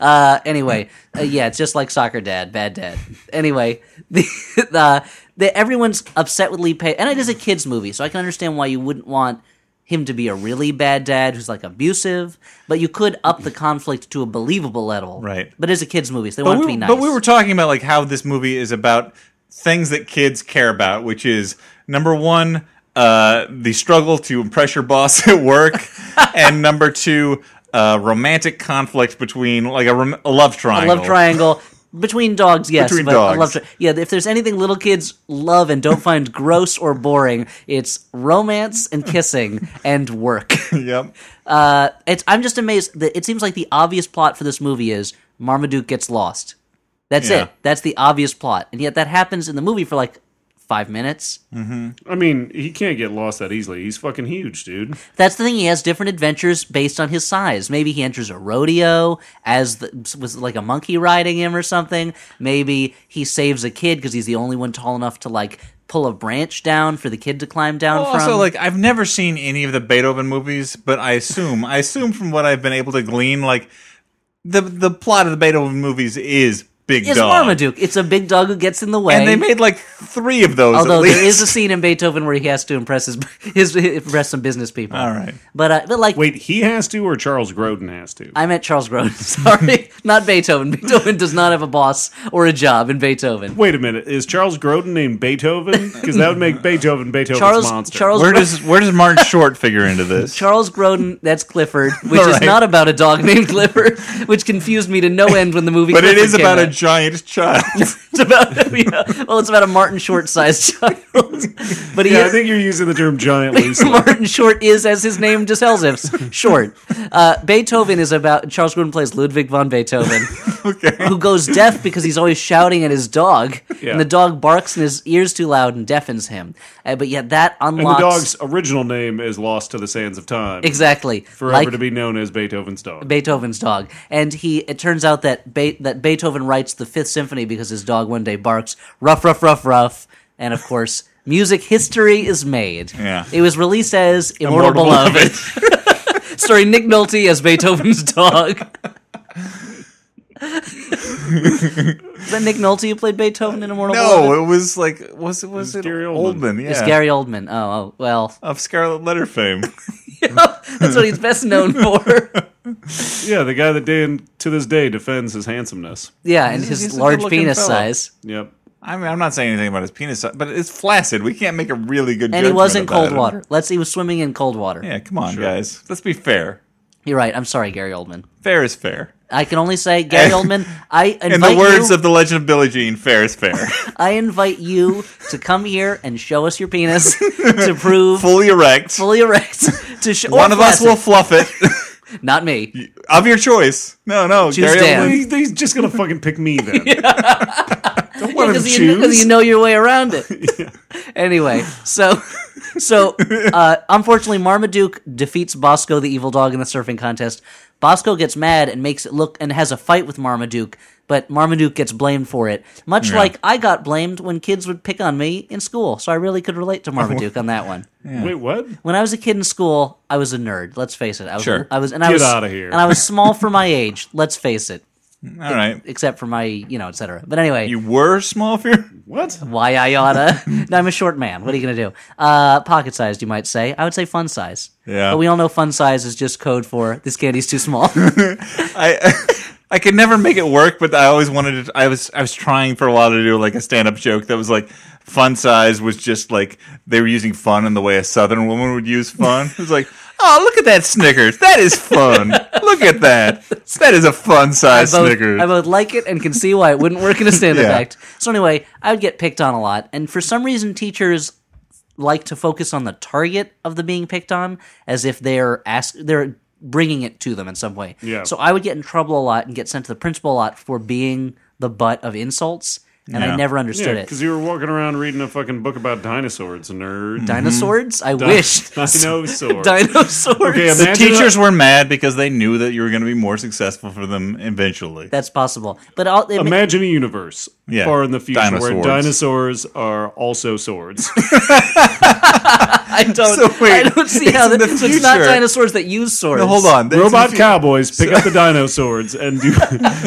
Speaker 3: Uh, anyway, uh, yeah, it's just like soccer dad, bad dad. Anyway, the, uh, the everyone's upset with Lee Pace, and it is a kids movie, so I can understand why you wouldn't want him to be a really bad dad who's like abusive, but you could up the conflict to a believable level,
Speaker 1: Right.
Speaker 3: But it's a kids movie, so they
Speaker 1: but
Speaker 3: want it
Speaker 1: we,
Speaker 3: to be nice.
Speaker 1: but we were talking about like how this movie is about things that kids care about, which is number one, uh, the struggle to impress your boss at work, and number two, uh, romantic conflict between like a, rom- a love
Speaker 3: a
Speaker 1: triangle.
Speaker 3: love triangle. Between dogs, yes,
Speaker 1: Between
Speaker 3: but
Speaker 1: dogs.
Speaker 3: a love tri- yeah. If there's anything little kids love and don't find gross or boring, it's romance and kissing and work.
Speaker 1: Yep.
Speaker 3: Uh, it's I'm just amazed that it seems like the obvious plot for this movie is Marmaduke gets lost. That's
Speaker 1: Yeah.
Speaker 3: it. That's the obvious plot, and yet that happens in the movie for like five minutes.
Speaker 2: I mean, he can't get lost that easily. He's fucking huge, dude.
Speaker 3: That's the thing. He has different adventures based on his size. Maybe he enters a rodeo as the, was like a monkey riding him or something. Maybe he saves a kid because he's the only one tall enough to like pull a branch down for the kid to climb down
Speaker 1: Well,
Speaker 3: from.
Speaker 1: also, like I've never seen any of the Beethoven movies, but I assume I assume from what I've been able to glean, like the the plot of the Beethoven movies is big
Speaker 3: is
Speaker 1: dog,
Speaker 3: Marmaduke. It's a big dog who gets in the way.
Speaker 1: and they made like three of those.
Speaker 3: Although
Speaker 1: at
Speaker 3: there
Speaker 1: least.
Speaker 3: is a scene in Beethoven where he has to impress his, his impress some business people.
Speaker 1: all right.
Speaker 3: But uh, but like
Speaker 2: Wait, he has to, or Charles Grodin has to?
Speaker 3: I meant Charles Grodin. Sorry, not Beethoven. Beethoven does not have a boss or a job in Beethoven.
Speaker 2: Wait a minute, is Charles Grodin named Beethoven? Because that would make Beethoven Beethoven's
Speaker 3: Charles
Speaker 2: monster.
Speaker 3: Charles
Speaker 1: Where
Speaker 3: Gro-
Speaker 1: does where does Martin Short figure into this?
Speaker 3: Charles Grodin. That's Clifford, which
Speaker 1: All
Speaker 3: is
Speaker 1: right.
Speaker 3: not about a dog named Clifford, which confused me to no end when the movie.
Speaker 1: But it
Speaker 3: Clifford
Speaker 1: is
Speaker 3: came
Speaker 1: about
Speaker 3: out.
Speaker 1: a giant child.
Speaker 3: It's about yeah, well, it's about a Martin Short sized child. But he
Speaker 2: yeah, I
Speaker 3: is,
Speaker 2: think you're using the term giant loosely.
Speaker 3: Martin Short is, as his name just tells us, short. Uh, Beethoven is about Charles Grodin plays Ludwig von Beethoven, who goes deaf because he's always shouting at his dog,
Speaker 2: Yeah.
Speaker 3: and the dog barks in his ears too loud and deafens him. Uh, but yet that
Speaker 2: and the
Speaker 3: unlocks
Speaker 2: dog's original name is Lost to the Sands of Time.
Speaker 3: exactly
Speaker 2: Forever
Speaker 3: like
Speaker 2: to be known as Beethoven's dog.
Speaker 3: Beethoven's dog, and he. It turns out that Be- that Beethoven writes the Fifth Symphony because his dog one day barks rough, rough, rough, rough, and of course, music history is made.
Speaker 1: Yeah.
Speaker 3: it was released as Immortal,
Speaker 2: Immortal
Speaker 3: Beloved, starring Nick Nolte as Beethoven's dog. Is that Nick Nolte who played Beethoven in Immortal Beloved?
Speaker 1: no, it was like was it was it
Speaker 2: Gary
Speaker 1: Oldman?
Speaker 2: Oldman.
Speaker 1: yeah,
Speaker 3: It's Gary Oldman. Oh, oh well,
Speaker 1: of Scarlet Letter fame.
Speaker 3: that's what he's best known for.
Speaker 2: Yeah, the guy that Dan to this day defends his handsomeness.
Speaker 3: Yeah, and
Speaker 1: He's-
Speaker 3: his
Speaker 1: he's a
Speaker 3: large
Speaker 1: good-looking
Speaker 3: penis
Speaker 1: fellow.
Speaker 3: size.
Speaker 2: Yep.
Speaker 1: I mean, I'm not saying anything about his penis, but it's flaccid. We can't make a really good.
Speaker 3: And he was in
Speaker 1: judgment
Speaker 3: cold
Speaker 1: about it.
Speaker 3: water. Let's. He was swimming in cold water.
Speaker 1: Yeah, come on, guys. Let's be fair.
Speaker 3: You're right. I'm sorry, Gary Oldman.
Speaker 1: Fair is fair.
Speaker 3: I can only say, Gary Oldman, I invite
Speaker 1: In the words
Speaker 3: you,
Speaker 1: of the legend of Billie Jean, fair is fair.
Speaker 3: I invite you to come here and show us your penis to prove
Speaker 1: Fully erect.
Speaker 3: fully erect. To show
Speaker 1: One of us will fluff it.
Speaker 3: not me.
Speaker 1: of your choice. No, no.
Speaker 3: Choose
Speaker 1: Gary
Speaker 3: Dan.
Speaker 2: Well,
Speaker 1: Oldman.
Speaker 2: he- he's just gonna fucking pick me then. Don't let him
Speaker 3: Because you, 'cause
Speaker 2: choose.
Speaker 3: you know your way around it. Anyway, so so uh, unfortunately, Marmaduke defeats Bosco the evil dog in the surfing contest. Bosco gets mad and makes it look and has a fight with Marmaduke, but Marmaduke gets blamed for it. Much like I got blamed when kids would pick on me in school, so I really could relate
Speaker 2: Oh.
Speaker 3: to Marmaduke on that one.
Speaker 2: Wait, what?
Speaker 3: When I was a kid in school, I was a nerd. Let's face it. I was,
Speaker 1: Sure.
Speaker 3: I was, and I
Speaker 2: Get
Speaker 3: was,
Speaker 2: outta here.
Speaker 3: And I was small for my age. Let's face it.
Speaker 1: All right.
Speaker 3: Except for my, you know, etc. But anyway,
Speaker 1: You were small for your-
Speaker 2: What?
Speaker 3: why I oughta. No, I'm a short man. What are you going to do? Uh, pocket sized, you might say. I would say fun size.
Speaker 1: Yeah.
Speaker 3: But we all know fun size is just code for this candy's too small.
Speaker 1: I. I could never make it work, but I always wanted to. I was I was trying for a while to do like a stand up joke that was like fun size was just like they were using fun in the way a Southern woman would use fun. It was like, oh look at that Snickers, that is fun. look at that, that is a fun size
Speaker 3: both-
Speaker 1: Snickers.
Speaker 3: I both like it and can see why it wouldn't work in a stand-up
Speaker 1: Yeah.
Speaker 3: act. So anyway, I would get picked on a lot, and for some reason, teachers like to focus on the target of the being picked on as if they're ask they're bringing it to them in some way.
Speaker 2: Yeah.
Speaker 3: So I would get in trouble a lot and get sent to the principal a lot for being the butt of insults, and
Speaker 1: Yeah.
Speaker 3: I never understood
Speaker 2: Yeah,
Speaker 3: it.
Speaker 2: because you were walking around reading a fucking book about dinosaurs, nerd.
Speaker 3: Dinosaurs?
Speaker 1: Mm-hmm.
Speaker 3: I wish.
Speaker 2: Dinosaur.
Speaker 3: Dinosaurs.
Speaker 2: Okay,
Speaker 1: The
Speaker 2: imagine
Speaker 1: teachers were mad because they knew that you were going to be more successful for them eventually.
Speaker 3: That's possible. But I'll, it,
Speaker 2: A, imagine a universe
Speaker 1: Yeah.
Speaker 2: far in the future where
Speaker 1: Dinosaurs.
Speaker 2: dinosaurs are also swords.
Speaker 3: I don't.
Speaker 1: So wait,
Speaker 3: I don't see how
Speaker 1: it's in
Speaker 3: that.
Speaker 1: the
Speaker 3: So it's not
Speaker 1: future.
Speaker 3: dinosaurs that use swords.
Speaker 1: No, hold on. That's
Speaker 2: Robot
Speaker 1: if you-
Speaker 2: cowboys pick up the dinosaurs and do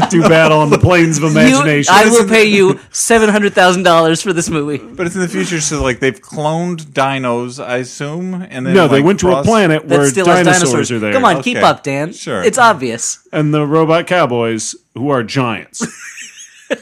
Speaker 2: do battle on the plains of
Speaker 3: You-
Speaker 2: imagination.
Speaker 3: I will pay you seven hundred thousand dollars for this movie.
Speaker 1: But it's in the future, so like they've cloned dinos, I assume, and then
Speaker 2: no, they
Speaker 1: like,
Speaker 2: went to a
Speaker 1: crossed-
Speaker 2: planet
Speaker 3: That
Speaker 2: where
Speaker 3: still
Speaker 2: dinosaurs,
Speaker 3: has dinosaurs.
Speaker 2: are there.
Speaker 3: Come on, keep
Speaker 1: Okay.
Speaker 3: up, Dan.
Speaker 1: Sure.
Speaker 3: it's obvious.
Speaker 2: and the robot cowboys who are giants.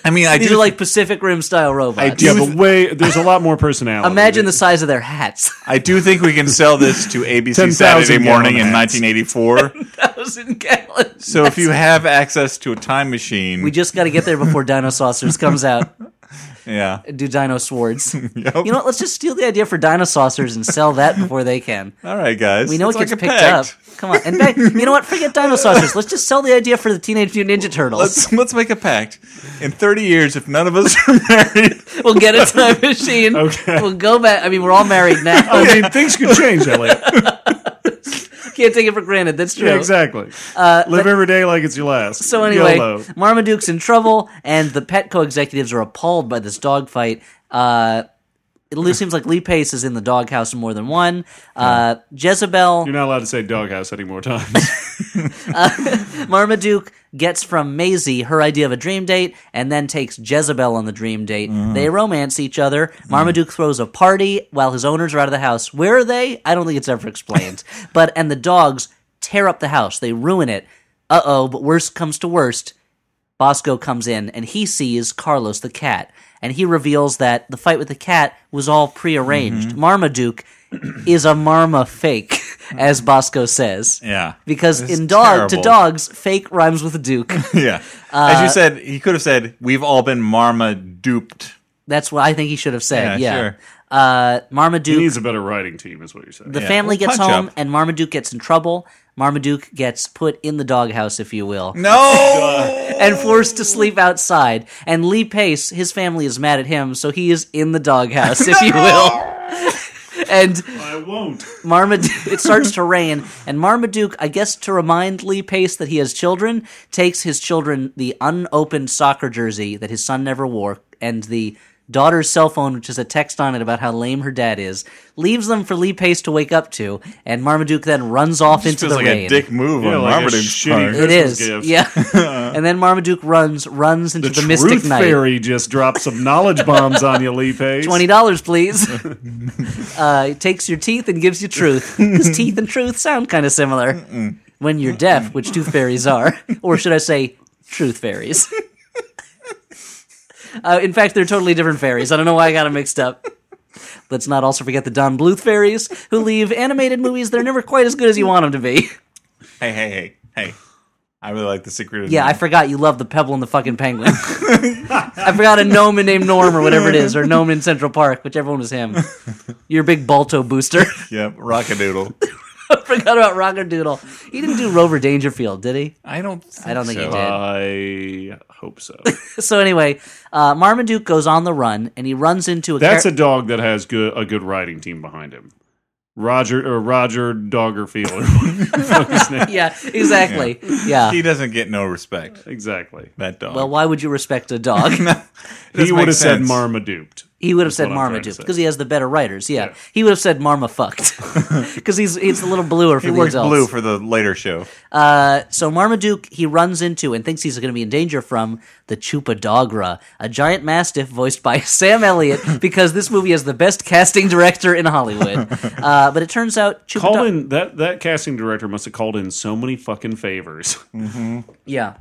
Speaker 1: I mean, I
Speaker 3: These
Speaker 1: do
Speaker 3: are like Pacific Rim style robots.
Speaker 1: I do-
Speaker 2: yeah,
Speaker 1: Who's-
Speaker 2: but way there's a lot more personality.
Speaker 3: Imagine the size of their hats.
Speaker 1: I do think we can sell this to ABC
Speaker 2: 10,000
Speaker 1: Saturday morning in
Speaker 2: gallon hats.
Speaker 1: 1984.
Speaker 3: Thousand gallons.
Speaker 1: so if you have access to a time machine,
Speaker 3: We just got to get there before Dinosaurs comes out.
Speaker 1: yeah,
Speaker 3: and Do dino swords?
Speaker 1: Yep.
Speaker 3: You know what? Let's just steal the idea for dinosaurs and sell that before they can.
Speaker 1: all right, guys,
Speaker 3: We know
Speaker 1: it's
Speaker 3: it gets
Speaker 1: like a
Speaker 3: picked
Speaker 1: pact.
Speaker 3: up. Come on, and back, you know what? Forget dinosaurs. Let's just sell the idea for the Teenage Mutant Ninja Turtles.
Speaker 1: Let's let's make a pact. In 30 years, if none of us are married,
Speaker 3: We'll get a time machine.
Speaker 2: Okay.
Speaker 3: We'll go back. I mean, we're all married now.
Speaker 2: I mean, things could change, Elliot.
Speaker 3: Can't take it for granted. That's true. Uh,
Speaker 2: Yeah, exactly. Live every day like it's your last.
Speaker 3: So anyway,
Speaker 2: YOLO.
Speaker 3: Marmaduke's in trouble, and the Petco executives are appalled by this dogfight. Uh, it lo- seems like Lee Pace is in the doghouse more than one. Uh, Jezebel
Speaker 2: You're not allowed to say doghouse any more times.
Speaker 3: Marmaduke gets from Maisie her idea of a dream date and then takes Jezebel on the dream date. They romance each other. Marmaduke throws a party while his owners are out of the house. Where are they? I don't think it's ever explained. but and the dogs tear up the house. They ruin it. Uh oh, but worst comes to worst. Bosco comes in and he sees Carlos the cat, and he reveals that the fight with the cat was all prearranged. Marmaduke is a marma fake, as Bosco says.
Speaker 1: Yeah.
Speaker 3: Because
Speaker 1: It's
Speaker 3: in dog to
Speaker 1: terrible.
Speaker 3: dogs, fake rhymes with Duke.
Speaker 1: Yeah. As
Speaker 3: Uh,
Speaker 1: you said, he could have said, "We've all been Marma duped."
Speaker 3: That's what I think he should have said. Yeah.
Speaker 1: Yeah, sure.
Speaker 3: Uh, Marmaduke
Speaker 2: He needs a better writing team, is what you're saying.
Speaker 3: The family
Speaker 1: Well,
Speaker 3: gets
Speaker 1: punch
Speaker 3: home,
Speaker 1: up.
Speaker 3: and Marmaduke gets in trouble. Marmaduke gets put in the doghouse, if you will,
Speaker 1: No.
Speaker 3: and forced to sleep outside. And Lee Pace, his family is mad at him, so he is in the doghouse, if you will. and
Speaker 2: I won't.
Speaker 3: Marmaduke, it starts to rain, and Marmaduke, I guess to remind Lee Pace that he has children, takes his children the unopened soccer jersey that his son never wore and the daughter's cell phone, which is a text on it about how lame her dad is, leaves them for Lee Pace to wake up to, and Marmaduke then runs off
Speaker 1: This
Speaker 3: into
Speaker 1: feels
Speaker 3: the
Speaker 1: like
Speaker 3: rain.
Speaker 1: a dick move
Speaker 2: Yeah,
Speaker 1: on
Speaker 2: like a
Speaker 1: Marmaduke's
Speaker 2: shitty
Speaker 1: part.
Speaker 2: Christmas
Speaker 3: it is,
Speaker 2: gift.
Speaker 3: yeah. and then Marmaduke runs, runs into
Speaker 2: The,
Speaker 3: the,
Speaker 2: truth
Speaker 3: Mystic Knight.
Speaker 2: fairy just dropped some knowledge bombs on you, Lee Pace.
Speaker 3: Twenty dollars, please. uh, it takes your teeth and gives you truth, because teeth and truth sound kind of similar. When you're deaf, which tooth fairies are, or should I say, truth fairies? uh, in fact, they're totally different fairies. I don't know why I got them mixed up. Let's not also forget the Don Bluth fairies, who leave animated movies that are never quite as good as you want them to be.
Speaker 1: Hey, hey, hey, hey! I really like the secret. Of
Speaker 3: Yeah, I
Speaker 1: Nemo.
Speaker 3: forgot you love the pebble and the fucking penguin. I forgot a gnomon named Norm or whatever it is, or gnome in Central Park, whichever one was him. Your big Balto booster.
Speaker 1: Yep, Rockadoodle.
Speaker 3: I forgot about Rockadoodle. He didn't do Rover Dangerfield, did he?
Speaker 1: I don't. Think
Speaker 3: I don't think
Speaker 1: so.
Speaker 3: he did.
Speaker 2: I hope so.
Speaker 3: So anyway, uh, Marmaduke goes on the run and he runs into a.
Speaker 2: That's
Speaker 3: char-
Speaker 2: a dog that has good a good writing team behind him. Roger or Roger Doggerfield. or whatever the fuck his name-
Speaker 3: yeah, exactly. Yeah.
Speaker 1: He doesn't get no respect.
Speaker 2: Exactly.
Speaker 1: That dog.
Speaker 3: Well, why would you respect a dog?
Speaker 2: He
Speaker 1: make
Speaker 2: would have said
Speaker 1: sense.
Speaker 2: Marmaduped.
Speaker 3: He would have said
Speaker 2: what I'm trying to
Speaker 3: Marmaduke
Speaker 2: say.
Speaker 3: because he has the better writers. Yeah,
Speaker 2: Yeah.
Speaker 3: he would have said Marma fucked because he's he's a little bluer for
Speaker 1: he
Speaker 3: the
Speaker 1: works
Speaker 3: adults.
Speaker 1: blue for the later show.
Speaker 3: Uh, So Marmaduke he runs into and thinks he's going to be in danger from the Chupadogra, a giant mastiff voiced by Sam Elliott, because this movie has the best casting director in Hollywood. Uh, but it turns out
Speaker 2: Called
Speaker 3: Chupadogra,
Speaker 2: in that that casting director must have called in so many fucking favors.
Speaker 3: yeah,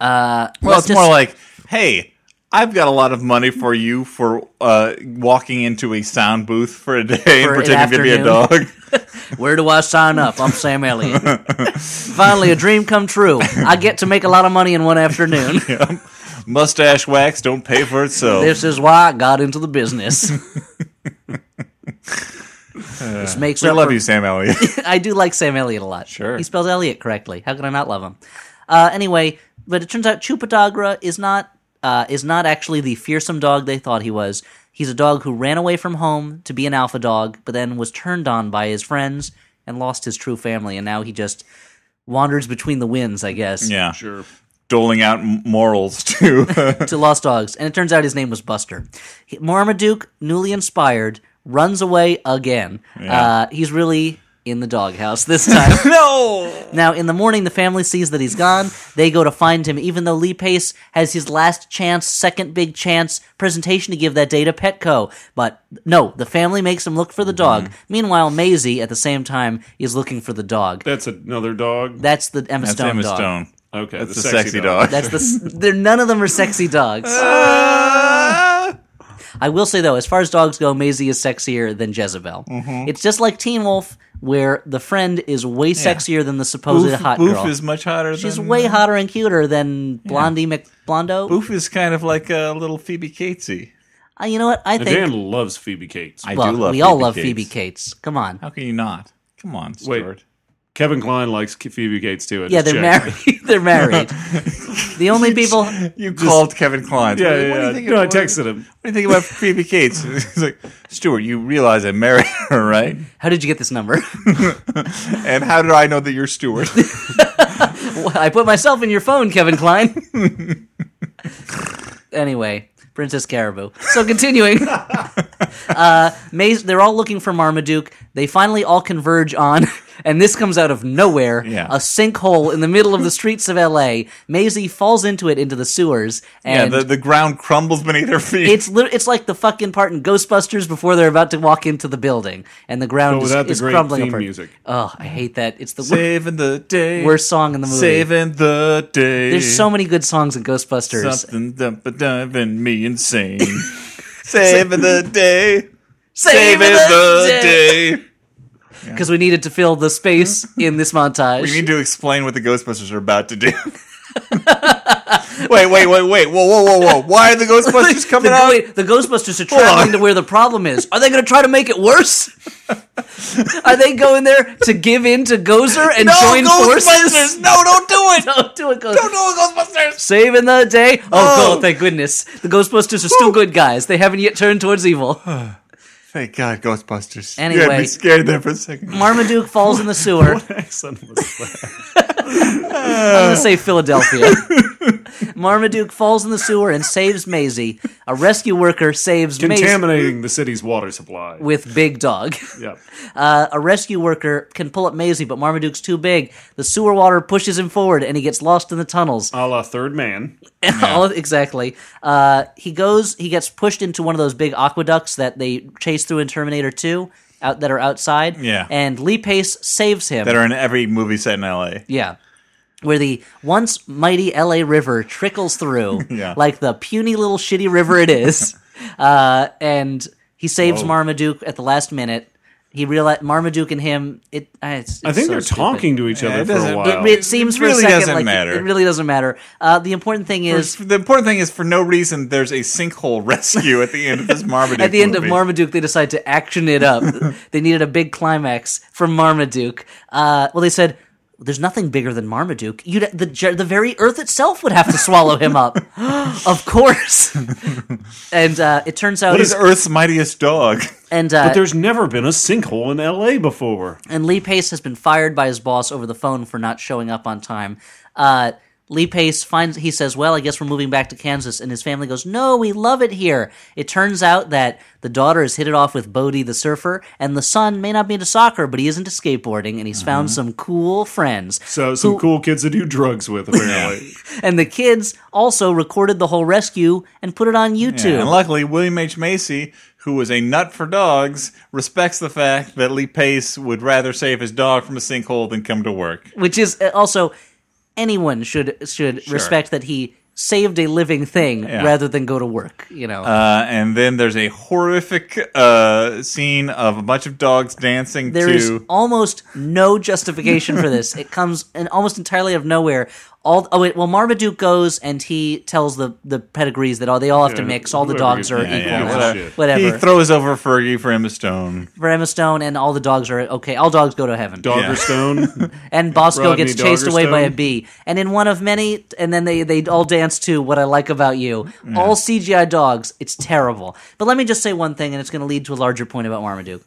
Speaker 1: Well, it's
Speaker 3: just-
Speaker 1: more like, hey, I've got a lot of money for you for uh, walking into a sound booth for a day
Speaker 3: an
Speaker 1: and pretending to be a dog.
Speaker 3: afternoon. where do I sign up? I'm Sam Elliott. Finally, a dream come true. I get to make a lot of money in one afternoon.
Speaker 1: Mustache wax don't pay for itself.
Speaker 3: This is why I got into the business. This makes
Speaker 1: we
Speaker 3: up
Speaker 1: love
Speaker 3: for-
Speaker 1: you, Sam Elliott.
Speaker 3: I do like Sam Elliott a lot.
Speaker 1: Sure.
Speaker 3: He spells Elliott correctly. How could I not love him? Uh, anyway, but it turns out Chupadagra is not uh, is not actually the fearsome dog they thought he was. He's a dog who ran away from home to be an alpha dog, but then was turned on by his friends and lost his true family, and now he just wanders between the winds, I guess,
Speaker 1: yeah,
Speaker 2: Sure.
Speaker 1: doling out m- morals too.
Speaker 3: to lost dogs. And it turns out his name was Buster. He- Marmaduke, newly inspired, runs away again. Uh, he's really in the doghouse this time.
Speaker 1: no,
Speaker 3: Now, in the morning, the family sees that he's gone. They go to find him, even though Lee Pace has his last chance, second big chance presentation to give that day to Petco. But no, the family makes him look for the dog.
Speaker 1: Mm-hmm.
Speaker 3: Meanwhile, Maisie, at the same time, is looking for the dog.
Speaker 2: That's another dog.
Speaker 3: That's the Emma
Speaker 1: that's
Speaker 3: Stone
Speaker 1: Emma
Speaker 3: dog.
Speaker 1: Stone.
Speaker 2: okay.
Speaker 1: That's the sexy, dog.
Speaker 3: That's the. s- They're none of them are sexy dogs.
Speaker 1: Ah!
Speaker 3: I will say though, as far as dogs go, Maisie is sexier than Jezebel.
Speaker 1: Mm-hmm.
Speaker 3: It's just like Teen Wolf, where the friend is way sexier than the supposed
Speaker 1: Boof,
Speaker 3: hot
Speaker 1: Boof
Speaker 3: girl.
Speaker 1: is much hotter.
Speaker 3: She's
Speaker 1: than,
Speaker 3: way hotter and cuter than Blondie McBlondo.
Speaker 1: Boof is kind of like a little Phoebe Catesy.
Speaker 3: Uh, you know what? I
Speaker 2: Now,
Speaker 3: think.
Speaker 2: Dan loves Phoebe Cates.
Speaker 1: I
Speaker 3: well,
Speaker 1: do love.
Speaker 3: we
Speaker 1: Phoebe
Speaker 3: all love
Speaker 1: Cates.
Speaker 3: Phoebe Cates. Come on.
Speaker 1: How can you not? Come on, Stuart.
Speaker 2: Kevin Klein likes Phoebe Cates too. I
Speaker 3: Yeah,
Speaker 2: just
Speaker 3: they're
Speaker 2: checked.
Speaker 3: married. they're married. the only people.
Speaker 1: You called Kevin Klein.
Speaker 2: Yeah,
Speaker 1: What do
Speaker 2: yeah.
Speaker 1: you- what do you
Speaker 2: yeah.
Speaker 1: think
Speaker 2: no, I
Speaker 1: about-
Speaker 2: texted him.
Speaker 1: What do you think about Phoebe Cates? He's like, Stuart, you realize I married her, right?
Speaker 3: How did you get this number?
Speaker 1: And how did I know that you're Stuart?
Speaker 3: Well, I put myself in your phone, Kevin Klein. anyway, Princess Caribou. So continuing. Uh, Maze, they're all looking for Marmaduke. They finally all converge on, and this comes out of nowhere,
Speaker 1: Yeah.
Speaker 3: a sinkhole in the middle of the streets of L.A. Maisie falls into it into the sewers,
Speaker 1: Yeah,
Speaker 3: and
Speaker 1: the, the ground crumbles beneath her feet.
Speaker 3: it's lit- it's like the fucking part in Ghostbusters before they're about to walk into the building, and the
Speaker 2: Oh,
Speaker 3: ground
Speaker 5: But
Speaker 3: is,
Speaker 5: without the
Speaker 3: is
Speaker 5: great
Speaker 3: crumbling
Speaker 5: theme
Speaker 3: apart.
Speaker 5: music.
Speaker 3: Oh, I hate that. It's the worst,
Speaker 1: saving the day.
Speaker 3: worst song in the movie.
Speaker 1: Saving the day.
Speaker 3: There's so many good songs in Ghostbusters.
Speaker 1: something dump- driving me insane. saving the day.
Speaker 3: Saving
Speaker 1: day.
Speaker 3: because we needed to fill the space in this montage.
Speaker 1: We need to explain what the Ghostbusters are about to do. wait, wait, wait, wait. Whoa, whoa, whoa, whoa. Why are the Ghostbusters coming
Speaker 3: the,
Speaker 1: out?
Speaker 3: wait, the Ghostbusters are traveling to where the problem is. Are they going to try to make it worse? Are they going there to give in to Gozer and
Speaker 1: no,
Speaker 3: join forces?
Speaker 1: Ghostbusters! No, don't do it!
Speaker 3: Don't do it, Gozer.
Speaker 1: Don't do it, Ghostbusters!
Speaker 3: Saving the day. Oh,
Speaker 1: No.
Speaker 3: God, thank goodness. The Ghostbusters are still good guys. They haven't yet turned towards evil.
Speaker 1: Thank God, Ghostbusters. You had
Speaker 3: Anyway.
Speaker 1: me scared there for a second.
Speaker 3: Marmaduke falls in the sewer.
Speaker 2: accent was that?
Speaker 3: I'm going to say Philadelphia. Marmaduke falls in the sewer and saves Maisie. A rescue worker saves Maisie.
Speaker 5: Contaminating.
Speaker 2: Contaminating the city's water supply.
Speaker 3: with Big Dog.
Speaker 2: Yep.
Speaker 3: Uh, a rescue worker can pull up Maisie, but Marmaduke's too big. The sewer water pushes him forward, and he gets lost in the tunnels.
Speaker 2: A la third man.
Speaker 3: Oh, exactly. Uh, he goes. He gets pushed into one of those big aqueducts that they chase through in Terminator Two, out that are outside.
Speaker 1: Yeah.
Speaker 3: And Lee Pace saves him.
Speaker 1: That are in every movie set in LA.
Speaker 3: Yeah. Where the once mighty LA River trickles through,
Speaker 1: Yeah.
Speaker 3: like the puny little shitty river it is. uh, and he saves Marmaduke at the last minute. He realized Marmaduke and him. It. uh, It's,
Speaker 2: I
Speaker 3: it's
Speaker 2: think
Speaker 3: so
Speaker 2: they're
Speaker 3: stupid.
Speaker 2: talking to each
Speaker 1: Yeah, it
Speaker 2: other for
Speaker 1: doesn't-
Speaker 2: a
Speaker 1: but
Speaker 2: while.
Speaker 3: It, it seems
Speaker 1: It
Speaker 3: for
Speaker 1: really
Speaker 3: a 2nd
Speaker 1: doesn't
Speaker 3: like it-
Speaker 1: matter.
Speaker 3: It, really doesn't matter. Uh, the important thing is
Speaker 1: The important thing is, for no reason, there's a sinkhole rescue at the end of this Marmaduke.
Speaker 3: at the end of
Speaker 1: movie.
Speaker 3: Marmaduke, they decide to action it up. they needed a big climax from Marmaduke. Uh, well, they said, "There's nothing bigger than Marmaduke. You'd, the ge- the very Earth itself would have to swallow him up, of course." and uh, it turns out,
Speaker 1: What is Earth's mightiest dog?
Speaker 3: and uh,
Speaker 2: But there's never been a sinkhole in LA before.
Speaker 3: and Lee Pace has been fired by his boss over the phone for not showing up on time. Uh, Lee Pace finds he says, "Well, I guess we're moving back to Kansas," and his family goes, "No, we love it here." It turns out that the daughter has hit it off with Bodie the surfer, and the son may not be into soccer, but he is into skateboarding, and he's
Speaker 1: Mm-hmm.
Speaker 3: found some cool friends.
Speaker 2: So some cool kids to do drugs with apparently.
Speaker 3: And the kids also recorded the whole rescue and put it on YouTube.
Speaker 1: And luckily, William H. Macy, who was a nut for dogs, respects the fact that Lee Pace would rather save his dog from a sinkhole than come to work.
Speaker 3: which is uh, also anyone should should respect that he saved a living thing
Speaker 1: Yeah.
Speaker 3: rather than go to work. You know.
Speaker 1: Uh, and then there's a horrific uh, scene of a bunch of dogs dancing
Speaker 3: There
Speaker 1: to.
Speaker 3: is almost no justification for this. It comes in almost entirely out of nowhere. All oh wait, well Marmaduke goes and he tells the the pedigrees that all they all have to
Speaker 2: Yeah,
Speaker 3: mix. All the
Speaker 2: whoever
Speaker 3: dogs
Speaker 2: you-
Speaker 3: are
Speaker 2: yeah,
Speaker 3: equal,
Speaker 1: yeah,
Speaker 3: whatever.
Speaker 2: shit.
Speaker 1: he
Speaker 3: whatever.
Speaker 1: throws over Fergie for Emma Stone.
Speaker 3: for Emma Stone and all the dogs are okay. All dogs go to heaven.
Speaker 2: Doggerstone.
Speaker 3: and Bosco
Speaker 2: Rodney
Speaker 3: gets chased away by a
Speaker 2: Doggerstone.
Speaker 3: bee. And in one of many, and then they they all dance to "What I Like About You." All CGI dogs. It's terrible. But let me just say one thing, and it's going to lead to a larger point about Marmaduke.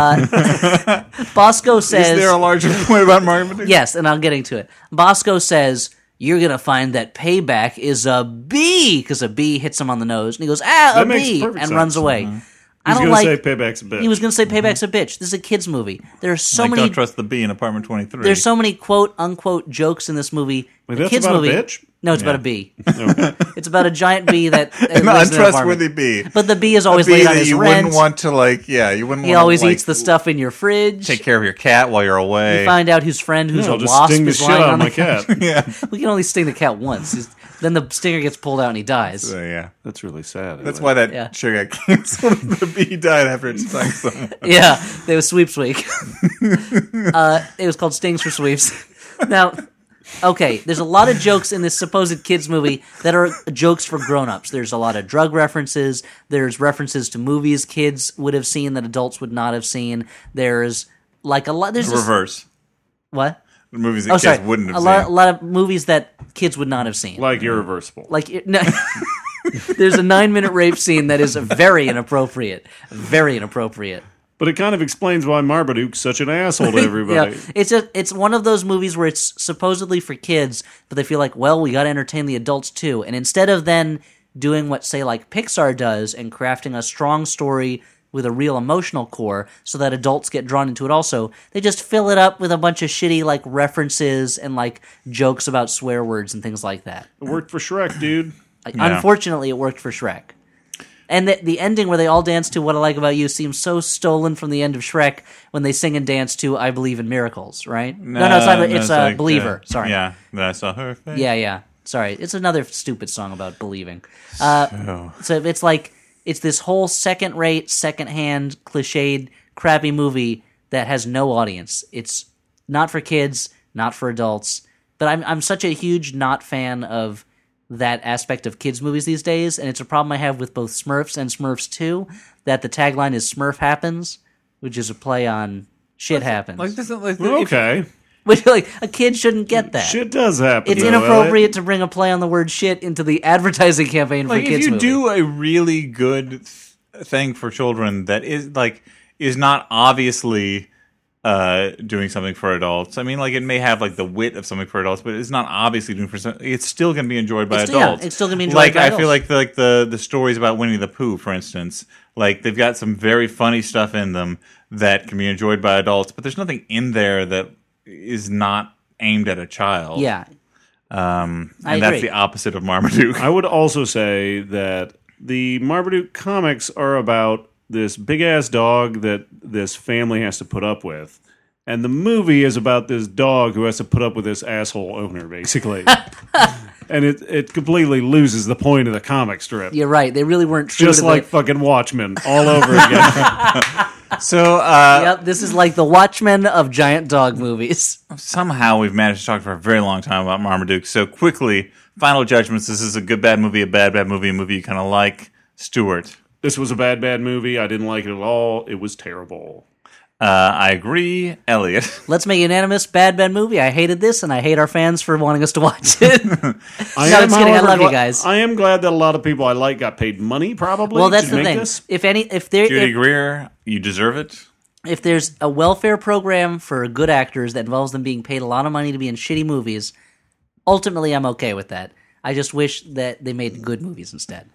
Speaker 3: Uh, Bosco says,
Speaker 1: Is there a larger point about Marmaduke?
Speaker 3: Yes, and I'm getting to it. Bosco says, You're going to find that payback is a bee, because a bee hits him on the nose. And he goes, Ah, a
Speaker 2: That makes
Speaker 3: bee, and
Speaker 2: perfect sense.
Speaker 3: runs
Speaker 2: Mm-hmm.
Speaker 3: away. I
Speaker 2: He's
Speaker 3: don't
Speaker 2: gonna
Speaker 3: like.
Speaker 2: say Mm-hmm. payback's a bitch.
Speaker 3: he was going to say payback's a bitch. This is a kid's movie. There are so
Speaker 1: Like,
Speaker 3: many.
Speaker 1: don't trust the bee in Apartment 23.
Speaker 3: there's so many quote unquote jokes in this movie.
Speaker 2: Wait,
Speaker 3: The
Speaker 2: that's
Speaker 3: kids
Speaker 2: about a
Speaker 3: movie.
Speaker 2: bitch?
Speaker 3: No, it's about a bee. it's about a giant bee that uh,
Speaker 1: an
Speaker 3: lives in an
Speaker 1: untrustworthy
Speaker 3: apartment.
Speaker 1: bee.
Speaker 3: But the bee is always
Speaker 1: bee
Speaker 3: late on
Speaker 1: that
Speaker 3: his
Speaker 1: you
Speaker 3: rent.
Speaker 1: wouldn't want to like. Yeah, you wouldn't.
Speaker 3: he
Speaker 1: want
Speaker 3: always
Speaker 1: to, like,
Speaker 3: eats the stuff in your fridge.
Speaker 1: Take care of your cat while you're away.
Speaker 3: You find out whose friend, who's
Speaker 2: I'll
Speaker 3: a
Speaker 2: just
Speaker 3: wasp,
Speaker 2: sting the
Speaker 3: is
Speaker 2: shit
Speaker 3: lying
Speaker 2: out
Speaker 3: on
Speaker 2: of my
Speaker 3: the couch.
Speaker 2: cat.
Speaker 3: We can only sting the cat once. He's- then the stinger gets pulled out and he dies.
Speaker 1: So, yeah.
Speaker 2: That's really sad.
Speaker 1: That's why that
Speaker 3: Yeah.
Speaker 1: show got canceled. the bee died after it stung someone.
Speaker 3: Yeah, it was sweeps week. uh, it was called stings for sweeps. now, okay, there's a lot of jokes in this supposed kids movie that are jokes for grown-ups. There's a lot of drug references. There's references to movies kids would have seen that adults would not have seen. There's like a lot. There's this-
Speaker 1: Reverse.
Speaker 3: what?
Speaker 1: The movies that
Speaker 3: Oh,
Speaker 1: kids
Speaker 3: sorry.
Speaker 1: wouldn't have
Speaker 3: a
Speaker 1: seen.
Speaker 3: lot, a lot of movies that kids would not have seen.
Speaker 2: like irreversible.
Speaker 3: Like it- no, there's a nine minute rape scene that is very inappropriate. Very inappropriate.
Speaker 2: but it kind of explains why Marmaduke's such an asshole to everybody.
Speaker 3: Yeah, it's a, it's one of those movies where it's supposedly for kids, but they feel like, well, we got to entertain the adults too. And instead of then doing what say like Pixar does and crafting a strong story with a real emotional core so that adults get drawn into it also. They just fill it up with a bunch of shitty like references and like jokes about swear words and things like that.
Speaker 2: It worked for Shrek, dude.
Speaker 3: Like, Unfortunately, it worked for Shrek. And the, the ending where they all dance to What I Like About You seems so stolen from the end of Shrek when they sing and dance to I Believe in Miracles, right? No, no, it's, not, it's, a
Speaker 1: like, uh,
Speaker 3: Believer. Sorry.
Speaker 1: Yeah, that I saw her. Face.
Speaker 3: Yeah, yeah. Sorry, it's another stupid song about believing. Uh, so. it's like it's this whole second-rate, second-hand, cliched, crappy movie that has no audience. It's not for kids, not for adults. But I'm I'm such a huge not fan of that aspect of kids movies these days, and it's a problem I have with both Smurfs and Smurfs Two. That the tagline is "Smurf happens," which is a play on "shit happens."
Speaker 1: Like this. Like,
Speaker 2: Okay.
Speaker 3: which like a kid shouldn't get that.
Speaker 2: Shit does happen.
Speaker 3: It's
Speaker 2: though,
Speaker 3: inappropriate to bring a play on the word shit into the advertising campaign for
Speaker 1: like
Speaker 3: a kids.
Speaker 1: if you
Speaker 3: movie.
Speaker 1: do a really good th- thing for children that is like is not obviously uh doing something for adults i mean like it may have like the wit of something for adults but it's not obviously doing for some, it's still going to be enjoyed by
Speaker 3: It's- yeah,
Speaker 1: adults
Speaker 3: it's still gonna be enjoyed
Speaker 1: like
Speaker 3: by
Speaker 1: i
Speaker 3: adults.
Speaker 1: feel like the, like the the stories about winnie the pooh for instance like they've got some very funny stuff in them that can be enjoyed by adults but there's nothing in there that is not aimed at a child
Speaker 3: yeah,
Speaker 1: um and
Speaker 3: I
Speaker 1: that's
Speaker 3: agree.
Speaker 1: the opposite of marmaduke
Speaker 2: I would also say that the Marmaduke comics are about this big ass dog that this family has to put up with. And the movie is about this dog who has to put up with this asshole owner, basically. and it, it completely loses the point of the comic strip.
Speaker 3: you're right. They really weren't true.
Speaker 2: Just
Speaker 3: to
Speaker 2: like
Speaker 3: the,
Speaker 2: fucking Watchmen all over again.
Speaker 1: so uh
Speaker 3: yep, this is like the Watchmen of giant dog movies.
Speaker 1: somehow we've managed to talk for a very long time about Marmaduke. So quickly, final judgments. This is a good bad movie, a bad bad movie, a movie you kind of like. Stewart,
Speaker 2: this was a bad, bad movie. I didn't like it at all. It was terrible.
Speaker 1: uh, I agree. Elliot,
Speaker 3: Let's make unanimous bad bad movie. I hated this, and I hate our fans for wanting us to watch it.
Speaker 2: I
Speaker 3: No, just kidding. I
Speaker 2: however,
Speaker 3: love you
Speaker 2: gla-
Speaker 3: guys.
Speaker 2: I am glad that a lot of people I like got paid money, probably.
Speaker 3: well, that's
Speaker 2: to
Speaker 3: the
Speaker 2: make
Speaker 3: thing.
Speaker 2: This.
Speaker 3: If any, if there,
Speaker 1: Judy
Speaker 3: if,
Speaker 1: Greer, you deserve it.
Speaker 3: if there's a welfare program for good actors that involves them being paid a lot of money to be in shitty movies, ultimately I'm okay with that. I just wish that they made good movies instead.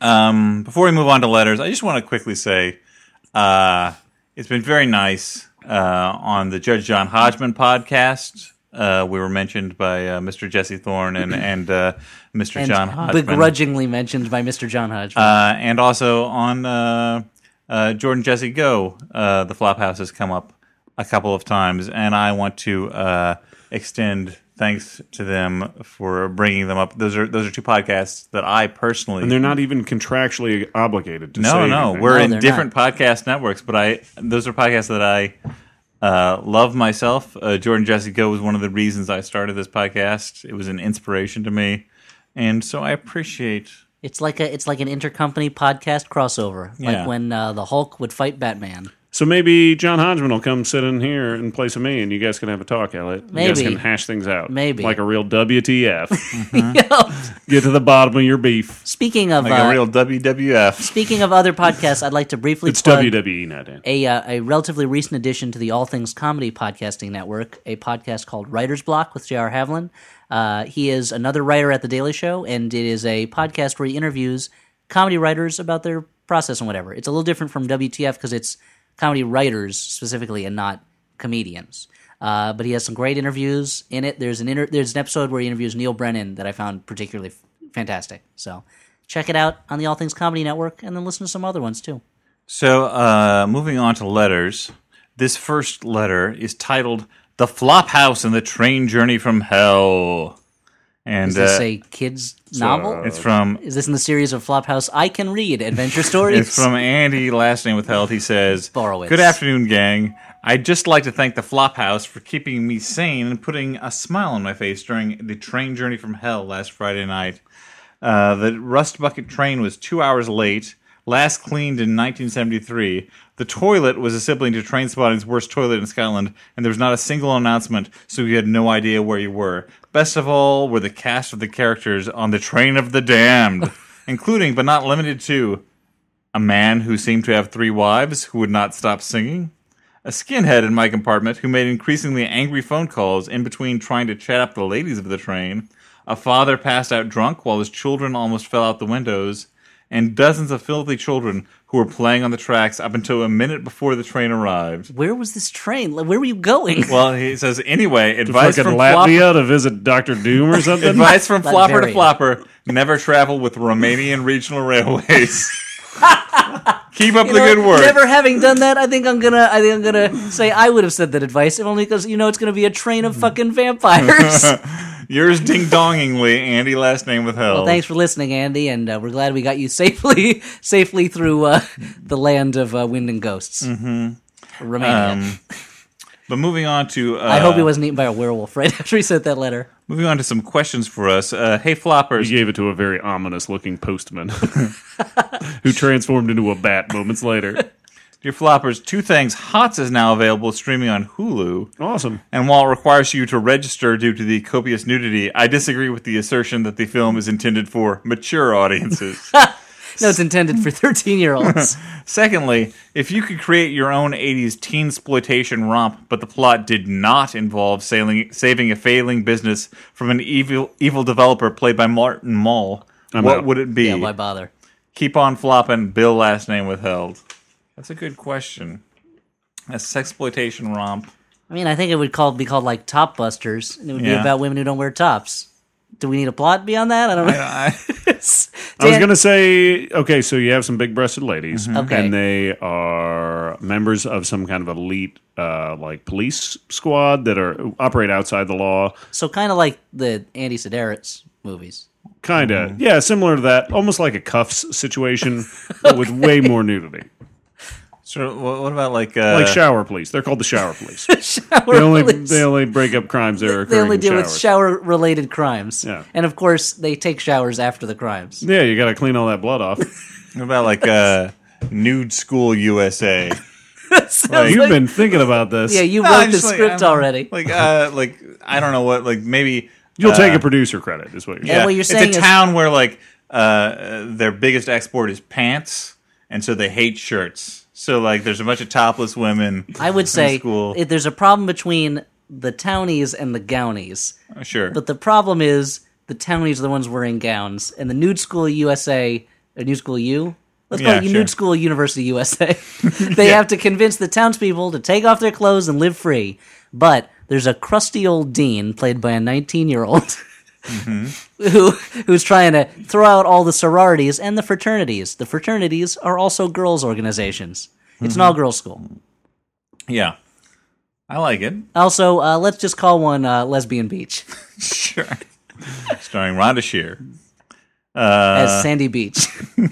Speaker 1: Um, before we move on to letters, I just want to quickly say uh, it's been very nice uh, on the Judge John Hodgman podcast. Uh, we were mentioned by uh, Mr. Jesse Thorne and and uh, Mr.
Speaker 3: And
Speaker 1: John Hodgman.
Speaker 3: begrudgingly mentioned by Mr. John Hodgman.
Speaker 1: uh, and also on uh, uh, Jordan Jesse Go, uh, the Flophouse has come up a couple of times, and I want to uh, extend thanks to them for bringing them up. Those are those are two podcasts that I personally
Speaker 2: And they're not even contractually obligated to
Speaker 1: no
Speaker 2: say
Speaker 1: no
Speaker 2: anything.
Speaker 1: we're
Speaker 3: No,
Speaker 1: in
Speaker 3: they're
Speaker 1: different podcast networks, but I those are podcasts that I. Uh, love myself. Uh, Jordan Jesse Go was one of the reasons I started this podcast. It was an inspiration to me, and so I appreciate
Speaker 3: It's like a it's like an intercompany podcast crossover,
Speaker 1: Yeah.
Speaker 3: like when uh, the Hulk would fight Batman.
Speaker 2: so maybe John Hodgman will come sit in here in place of me, and you guys can have a talk, Elliot. You guys
Speaker 3: Maybe.
Speaker 2: can hash things out.
Speaker 3: Maybe.
Speaker 2: Like a real WTF. Get to the bottom of your beef.
Speaker 3: Speaking of
Speaker 1: like
Speaker 3: uh,
Speaker 1: a real WWF.
Speaker 3: speaking of other podcasts, I'd like to briefly
Speaker 2: It's
Speaker 1: E.
Speaker 2: E
Speaker 3: plug
Speaker 2: WWE, not Dan.
Speaker 3: a uh, a relatively recent addition to the All Things Comedy podcasting network, a podcast called Writer's Block with J.R. Havlin. Uh, he is another writer at the Daily Show, and it is a podcast where he interviews comedy writers about their process and whatever. It's a little different from WTF because it's comedy writers specifically and not comedians. Uh, but he has some great interviews in it. There's an inter- there's an episode where he interviews Neil Brennan that I found particularly f- fantastic. So check it out on the All Things Comedy Network, and then listen to some other ones too.
Speaker 1: So, uh, moving on to letters. This first letter is titled "The Flop House and the Train Journey from Hell," and
Speaker 3: Is this
Speaker 1: uh,
Speaker 3: a kids novel?
Speaker 1: it's from
Speaker 3: Is this in the series of Flophouse I Can Read Adventure Stories?
Speaker 1: It's from Andy, last name withheld. He says,
Speaker 3: Borowitz.
Speaker 1: Good afternoon, gang. I'd just like to thank the Flophouse for keeping me sane and putting a smile on my face during the train journey from hell last Friday night. Uh, the Rust Bucket train was two hours late, last cleaned in 1973. The toilet was a sibling to Train Spotting's worst toilet in Scotland, and there was not a single announcement, so you had no idea where you were. Best of all were the cast of the characters on the Train of the Damned, including but not limited to a man who seemed to have three wives who would not stop singing, a skinhead in my compartment who made increasingly angry phone calls in between trying to chat up the ladies of the train, a father passed out drunk while his children almost fell out the windows, and dozens of filthy children who were playing on the tracks up until a minute before the train arrived.
Speaker 3: Where was this train? Like, Where were you going?
Speaker 1: Well, he says, anyway, advice
Speaker 2: Fucking
Speaker 1: from Flopper,
Speaker 2: Latvia to visit Doctor Doom or something.
Speaker 1: advice from Flopper to
Speaker 3: Latveria.
Speaker 1: Flopper: never travel with Romanian regional railways. Keep up the
Speaker 3: You know,
Speaker 1: good work.
Speaker 3: Never having done that, I think I'm gonna. I think I'm gonna say I would have said that advice if only because you know it's gonna be a train of fucking vampires.
Speaker 1: Yours ding dongingly, Andy. Last name withheld.
Speaker 3: well, thanks for listening, Andy, and uh, we're glad we got you safely safely through uh, the land of uh, wind and ghosts, mm-hmm. Romania.
Speaker 1: But moving on to, Um, uh,
Speaker 3: I hope he wasn't eaten by a werewolf right after he sent that letter.
Speaker 1: moving on to some questions for us. Uh, hey, floppers.
Speaker 2: He gave it to a very ominous looking postman who transformed into a bat moments later.
Speaker 1: Dear floppers, two things. Hots is now available streaming on Hulu,
Speaker 2: Awesome.
Speaker 1: and while it requires you to register due to the copious nudity, I disagree with the assertion that the film is intended for mature audiences.
Speaker 3: No, it's intended for thirteen year olds.
Speaker 1: Secondly, if you could create your own 80s teen exploitation romp, but the plot did not involve sailing, saving a failing business from an evil evil developer played by Martin Mull, what
Speaker 2: out.
Speaker 1: would it be?
Speaker 3: yeah, why bother?
Speaker 1: Keep on flopping. Bill last name withheld. That's a good question. A sexploitation romp.
Speaker 3: I mean, I think it would call be called like Top Busters, and it would
Speaker 1: Yeah.
Speaker 3: be about women who don't wear tops. Do we need a plot beyond that? I don't know.
Speaker 1: I,
Speaker 2: I was
Speaker 3: Dan- Mm-hmm.
Speaker 2: going to say okay, so you have some big breasted ladies,
Speaker 3: Okay.
Speaker 2: and they are members of some kind of elite. Uh, like police squad that are operate outside the law,
Speaker 3: So kind of like the Andy Sedaris movies.
Speaker 2: kind of
Speaker 3: Mm-hmm.
Speaker 2: yeah, similar to that, almost like a cuffs situation, but with way more nudity.
Speaker 1: so what what about like uh,
Speaker 2: Like shower police, they're called the shower police.
Speaker 3: shower
Speaker 2: they only
Speaker 3: police.
Speaker 2: they only break up crimes that are
Speaker 3: They
Speaker 2: occurring
Speaker 3: only
Speaker 2: in
Speaker 3: deal with
Speaker 2: showers.
Speaker 3: shower related crimes.
Speaker 2: Yeah.
Speaker 3: And of course, they take showers after the crimes.
Speaker 2: Yeah, you got to clean all that blood off.
Speaker 1: what about like uh, nude school USA?
Speaker 3: Sounds
Speaker 2: You've
Speaker 3: like-
Speaker 2: been thinking about this.
Speaker 3: yeah, you
Speaker 1: No,
Speaker 3: wrote
Speaker 1: I'm
Speaker 3: the
Speaker 1: just like-
Speaker 3: script
Speaker 1: I'm-
Speaker 3: already.
Speaker 1: Like uh, like I don't know what like maybe
Speaker 2: You'll take a producer credit, is what you're
Speaker 3: Uh, Yeah.
Speaker 2: saying.
Speaker 3: what you're
Speaker 1: it's
Speaker 3: saying
Speaker 1: a
Speaker 3: is-
Speaker 1: town where like uh, uh, their biggest export is pants, and so they hate shirts. So like there's a bunch of topless women.
Speaker 3: I would say
Speaker 1: school.
Speaker 3: if there's a problem between the townies and the gownies.
Speaker 1: sure,
Speaker 3: But the problem is the townies are the ones wearing gowns, and the nude school USA or nude school U. Let's call
Speaker 1: Yeah,
Speaker 3: it
Speaker 1: sure.
Speaker 3: nude school University USA. they have to convince the townspeople to take off their clothes and live free. But there's a crusty old dean played by a 19 year old.
Speaker 1: Mm-hmm.
Speaker 3: Who who's trying to throw out all the sororities and the fraternities? The fraternities are also girls' organizations.
Speaker 1: Mm-hmm.
Speaker 3: It's an all girls school.
Speaker 1: yeah, I like it.
Speaker 3: Also, uh, let's just call one uh, Lesbian Beach
Speaker 1: Sure, starring Rhonda Shear. Uh,
Speaker 3: as Sandy Beach.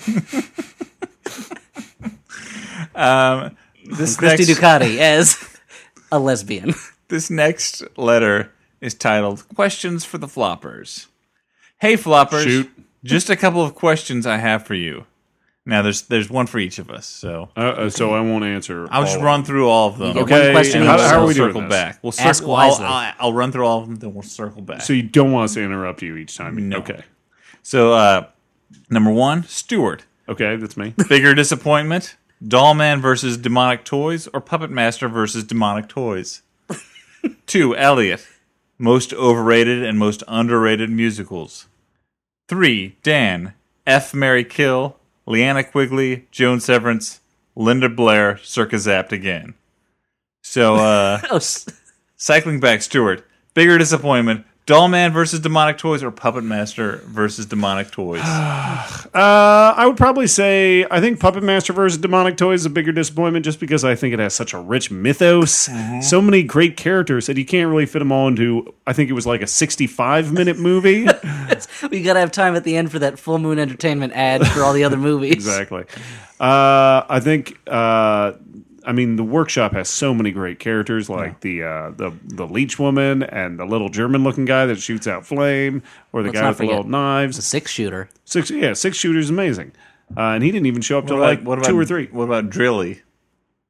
Speaker 1: This
Speaker 3: Christy
Speaker 1: next,
Speaker 3: Ducati as a lesbian.
Speaker 1: this next letter is titled "Questions for the Floppers." Hey, floppers!
Speaker 2: Shoot.
Speaker 1: Just a couple of questions I have for you. Now there's there's one for each of us, so
Speaker 2: Uh, uh, so I won't answer.
Speaker 1: I'll just run through all of them.
Speaker 3: get
Speaker 2: Okay,
Speaker 3: One question
Speaker 2: how,
Speaker 3: each.
Speaker 2: how are
Speaker 1: We'll
Speaker 2: we doing
Speaker 1: circle
Speaker 2: this?
Speaker 1: back? We'll
Speaker 3: Ask
Speaker 1: circle. I'll,
Speaker 3: wisely.
Speaker 1: I'll, I'll run through all of them, then we'll circle back.
Speaker 2: So
Speaker 1: So,
Speaker 2: you don't want us to interrupt you each time.
Speaker 1: No.
Speaker 2: Okay.
Speaker 1: uh, number one, Stewart.
Speaker 2: Okay, that's me.
Speaker 1: Bigger disappointment: Dollman versus Demonic Toys, or Puppet Master versus Demonic Toys. Two, Elliot. Most overrated and most underrated musicals. Three, Dan. F. Mary Kill, Leanna Quigley, Joan Severance, Linda Blair, Circa Zapped again. So, uh.
Speaker 3: Oh, s-
Speaker 1: Cycling back, Stewart. Bigger disappointment: Dollman versus Demonic Toys or Puppet Master versus Demonic Toys?
Speaker 2: Uh, I would probably say I think Puppet Master versus Demonic Toys is a bigger disappointment just because I think it has such a rich mythos,
Speaker 3: Uh-huh.
Speaker 2: so many great characters that you can't really fit them all into. I think it was like a 65 minute movie.
Speaker 3: we gotta have time at the end for that Full Moon Entertainment ad for all the other movies.
Speaker 2: exactly. Uh, I think. Uh, I mean, the workshop has so many great characters, like the uh, the the leech woman and the little German looking guy that shoots out flame, or the
Speaker 3: Let's
Speaker 2: guy
Speaker 3: not
Speaker 2: with the
Speaker 3: forget-
Speaker 2: little knives.
Speaker 3: Six shooter.
Speaker 2: Six, yeah, six shooters, is amazing. Uh, and he didn't even show up till like two or three.
Speaker 1: What about Drilly?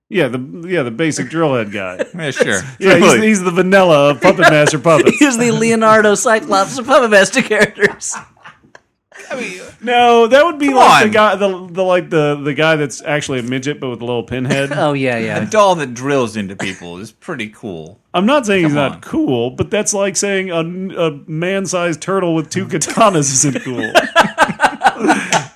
Speaker 2: Yeah, the yeah the basic drill head guy.
Speaker 1: Yeah, sure.
Speaker 2: Yeah, he's,
Speaker 1: Drilly.
Speaker 2: he's the vanilla of Puppet Master Puppet.
Speaker 3: Here's the Leonardo Cyclops of Puppet Master characters.
Speaker 2: No, that would be like
Speaker 1: on.
Speaker 2: the guy, the, the like the the guy that's actually a midget but with a little pinhead.
Speaker 3: Oh yeah,
Speaker 1: a
Speaker 3: yeah.
Speaker 1: doll that drills into people is pretty cool.
Speaker 2: I'm not saying he's
Speaker 1: Come
Speaker 2: not
Speaker 1: on.
Speaker 2: cool, but that's like saying a, a man-sized turtle with two katanas isn't cool.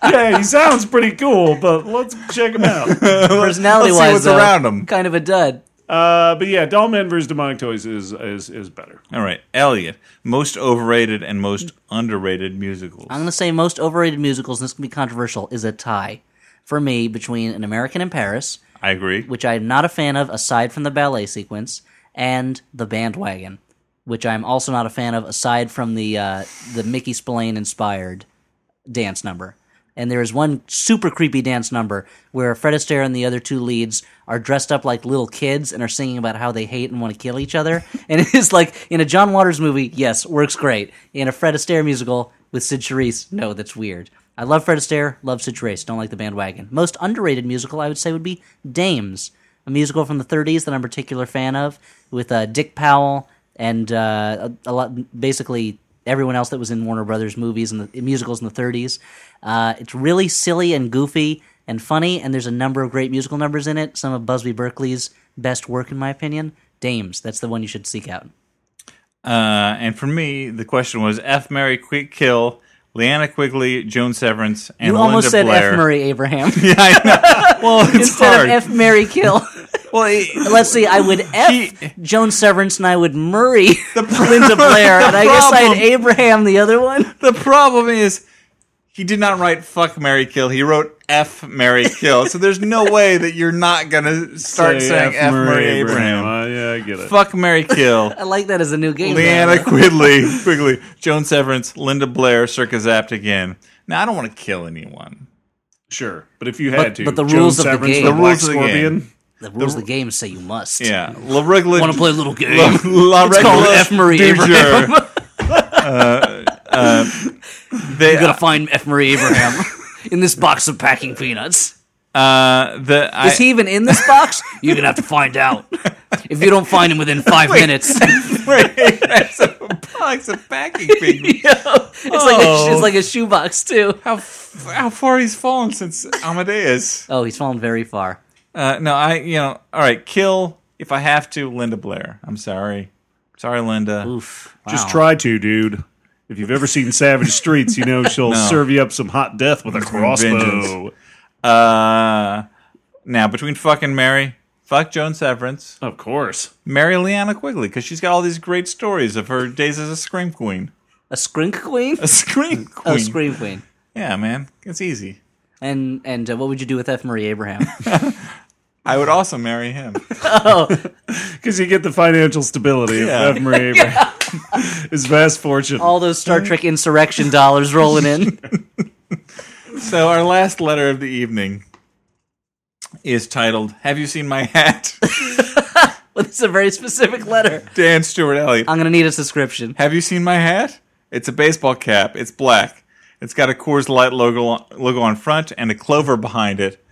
Speaker 2: okay, he sounds pretty cool, but let's check him out.
Speaker 3: Personality wise,
Speaker 1: what's around 'em.
Speaker 3: kind of a dud.
Speaker 2: Uh, but yeah, Dollman versus Demonic Toys is is is better.
Speaker 1: All right, Elliot. Most overrated and most underrated musicals.
Speaker 3: I'm going to say most overrated musicals, and this can be controversial, is a tie for me between An American in Paris,
Speaker 1: I agree.
Speaker 3: which I'm not a fan of aside from the ballet sequence, and The Bandwagon, which I'm also not a fan of aside from the uh, the Mickey Spillane inspired dance number. And there is one super creepy dance number where Fred Astaire and the other two leads are dressed up like little kids and are singing about how they hate and want to kill each other. And it is like in a John Waters movie, yes, works great. In a Fred Astaire musical with Sid Charisse, no, that's weird. I love Fred Astaire, love Sid Charisse, don't like the bandwagon. Most underrated musical I would say would be Dames, a musical from the 30s that I'm a particular fan of with uh, Dick Powell and uh, a, a lot, basically everyone else that was in Warner Brothers movies and the musicals in the 30s. Uh, it's really silly and goofy and funny, and there's a number of great musical numbers in it. Some of Busby Berkeley's best work, in my opinion. Dames, that's the one you should seek out.
Speaker 1: Uh, and for me, the question was F. Mary Quick Kill, Leanna Quigley, Joan Severance, and
Speaker 3: You
Speaker 1: Linda
Speaker 3: almost said
Speaker 1: Blair.
Speaker 3: F. Murray Abraham
Speaker 1: yeah, I know. Well, it's
Speaker 3: instead
Speaker 1: hard.
Speaker 3: of F. Mary Kill.
Speaker 1: well, it-
Speaker 3: Let's see, I would F
Speaker 1: He-
Speaker 3: Joan Severance and I would Murray Linda Blair, and I guess I'd
Speaker 1: problem-
Speaker 3: Abraham the other one.
Speaker 1: the problem is he did not write fuck Mary Kill. He wrote F Mary Kill. so there's no way that you're not gonna start
Speaker 2: Say
Speaker 1: saying F, Murray, Abraham.
Speaker 2: Uh, yeah, I get it.
Speaker 1: Fuck Mary Kill.
Speaker 3: I like that as a new game.
Speaker 1: Leanna Quigley, Quigley, Joan Severance, Linda Blair, Circa Zapped again. Now I don't want to kill anyone.
Speaker 2: Sure, but if you had
Speaker 3: But-
Speaker 2: to,
Speaker 3: but the
Speaker 2: Joan
Speaker 3: rules of the
Speaker 2: Severance
Speaker 3: game-
Speaker 2: for
Speaker 3: The
Speaker 2: Black
Speaker 1: rules of the game.
Speaker 2: Scorpion.
Speaker 3: the rules of the game say you must.
Speaker 1: Yeah, La Regla.
Speaker 3: Want to play a little game?
Speaker 1: La, La
Speaker 3: It's called
Speaker 1: Regla
Speaker 3: F. Murray
Speaker 1: du
Speaker 3: Abraham.
Speaker 1: jour. uh, uh, they,
Speaker 3: gotta find F. Murray Abraham in this box of packing peanuts.
Speaker 1: uh, the, I,
Speaker 3: Is he even in this box? You're gonna have to find out. If you don't find him within five minutes,
Speaker 1: Wait, that's a box of packing peanuts.
Speaker 3: you know, it's like a, it's like a shoebox too.
Speaker 1: How, f- how far he's fallen since Amadeus.
Speaker 3: Oh, he's fallen very far.
Speaker 1: Uh, no, I, you know, all right, kill, if I have to, Linda Blair. I'm sorry. Sorry, Linda.
Speaker 3: Oof. Wow.
Speaker 2: Just try to, dude. If you've ever seen Savage Streets, you know she'll serve you up some hot death with a crossbow.
Speaker 1: Vengeance. Uh, now, between fucking Mary, fuck Joan Severance,
Speaker 2: Of course.
Speaker 1: marry Leanna Quigley, because she's got all these great stories of her days as a scream queen.
Speaker 3: A skrink queen.
Speaker 1: A scream queen.
Speaker 3: Oh, scream queen.
Speaker 1: Yeah, man. It's easy.
Speaker 3: And and uh, what would you do with F. Murray Abraham?
Speaker 1: I would also marry him.
Speaker 2: Because you get the financial stability
Speaker 1: Yeah.
Speaker 2: of F. Murray Abraham. His vast fortune.
Speaker 3: All those Star Trek insurrection dollars rolling in.
Speaker 1: So our last letter of the evening is titled "Have you seen my hat?"
Speaker 3: well, this is a very specific letter.
Speaker 1: Dan Stewart Elliott.
Speaker 3: I'm gonna need a subscription.
Speaker 1: Have you seen my hat? It's a baseball cap. It's black. It's got a Coors Light logo logo on front and a clover behind it,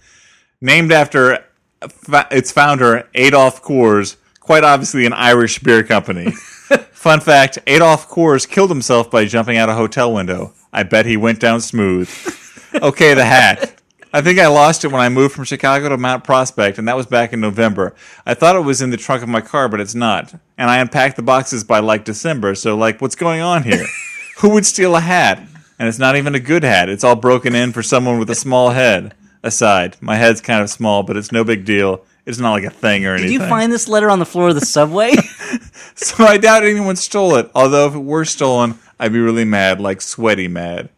Speaker 1: named after fa- its founder Adolf Coors, quite obviously an Irish beer company. Fun fact: Adolf Coors killed himself by jumping out a hotel window. I bet he went down smooth. Okay, the hat. I think I lost it when I moved from Chicago to Mount Prospect, and that was back in November. I thought it was in the trunk of my car, but it's not. And I unpacked the boxes by like December, so like, what's going on here? Who would steal a hat? And it's not even a good hat. It's all broken in for someone with a small head. Aside, my head's kind of small, but it's no big deal. It's not like a thing or
Speaker 3: Did
Speaker 1: anything.
Speaker 3: you find this letter on the floor of the subway?
Speaker 1: So I doubt anyone stole it. Although if it were stolen, I'd be really mad, like sweaty mad.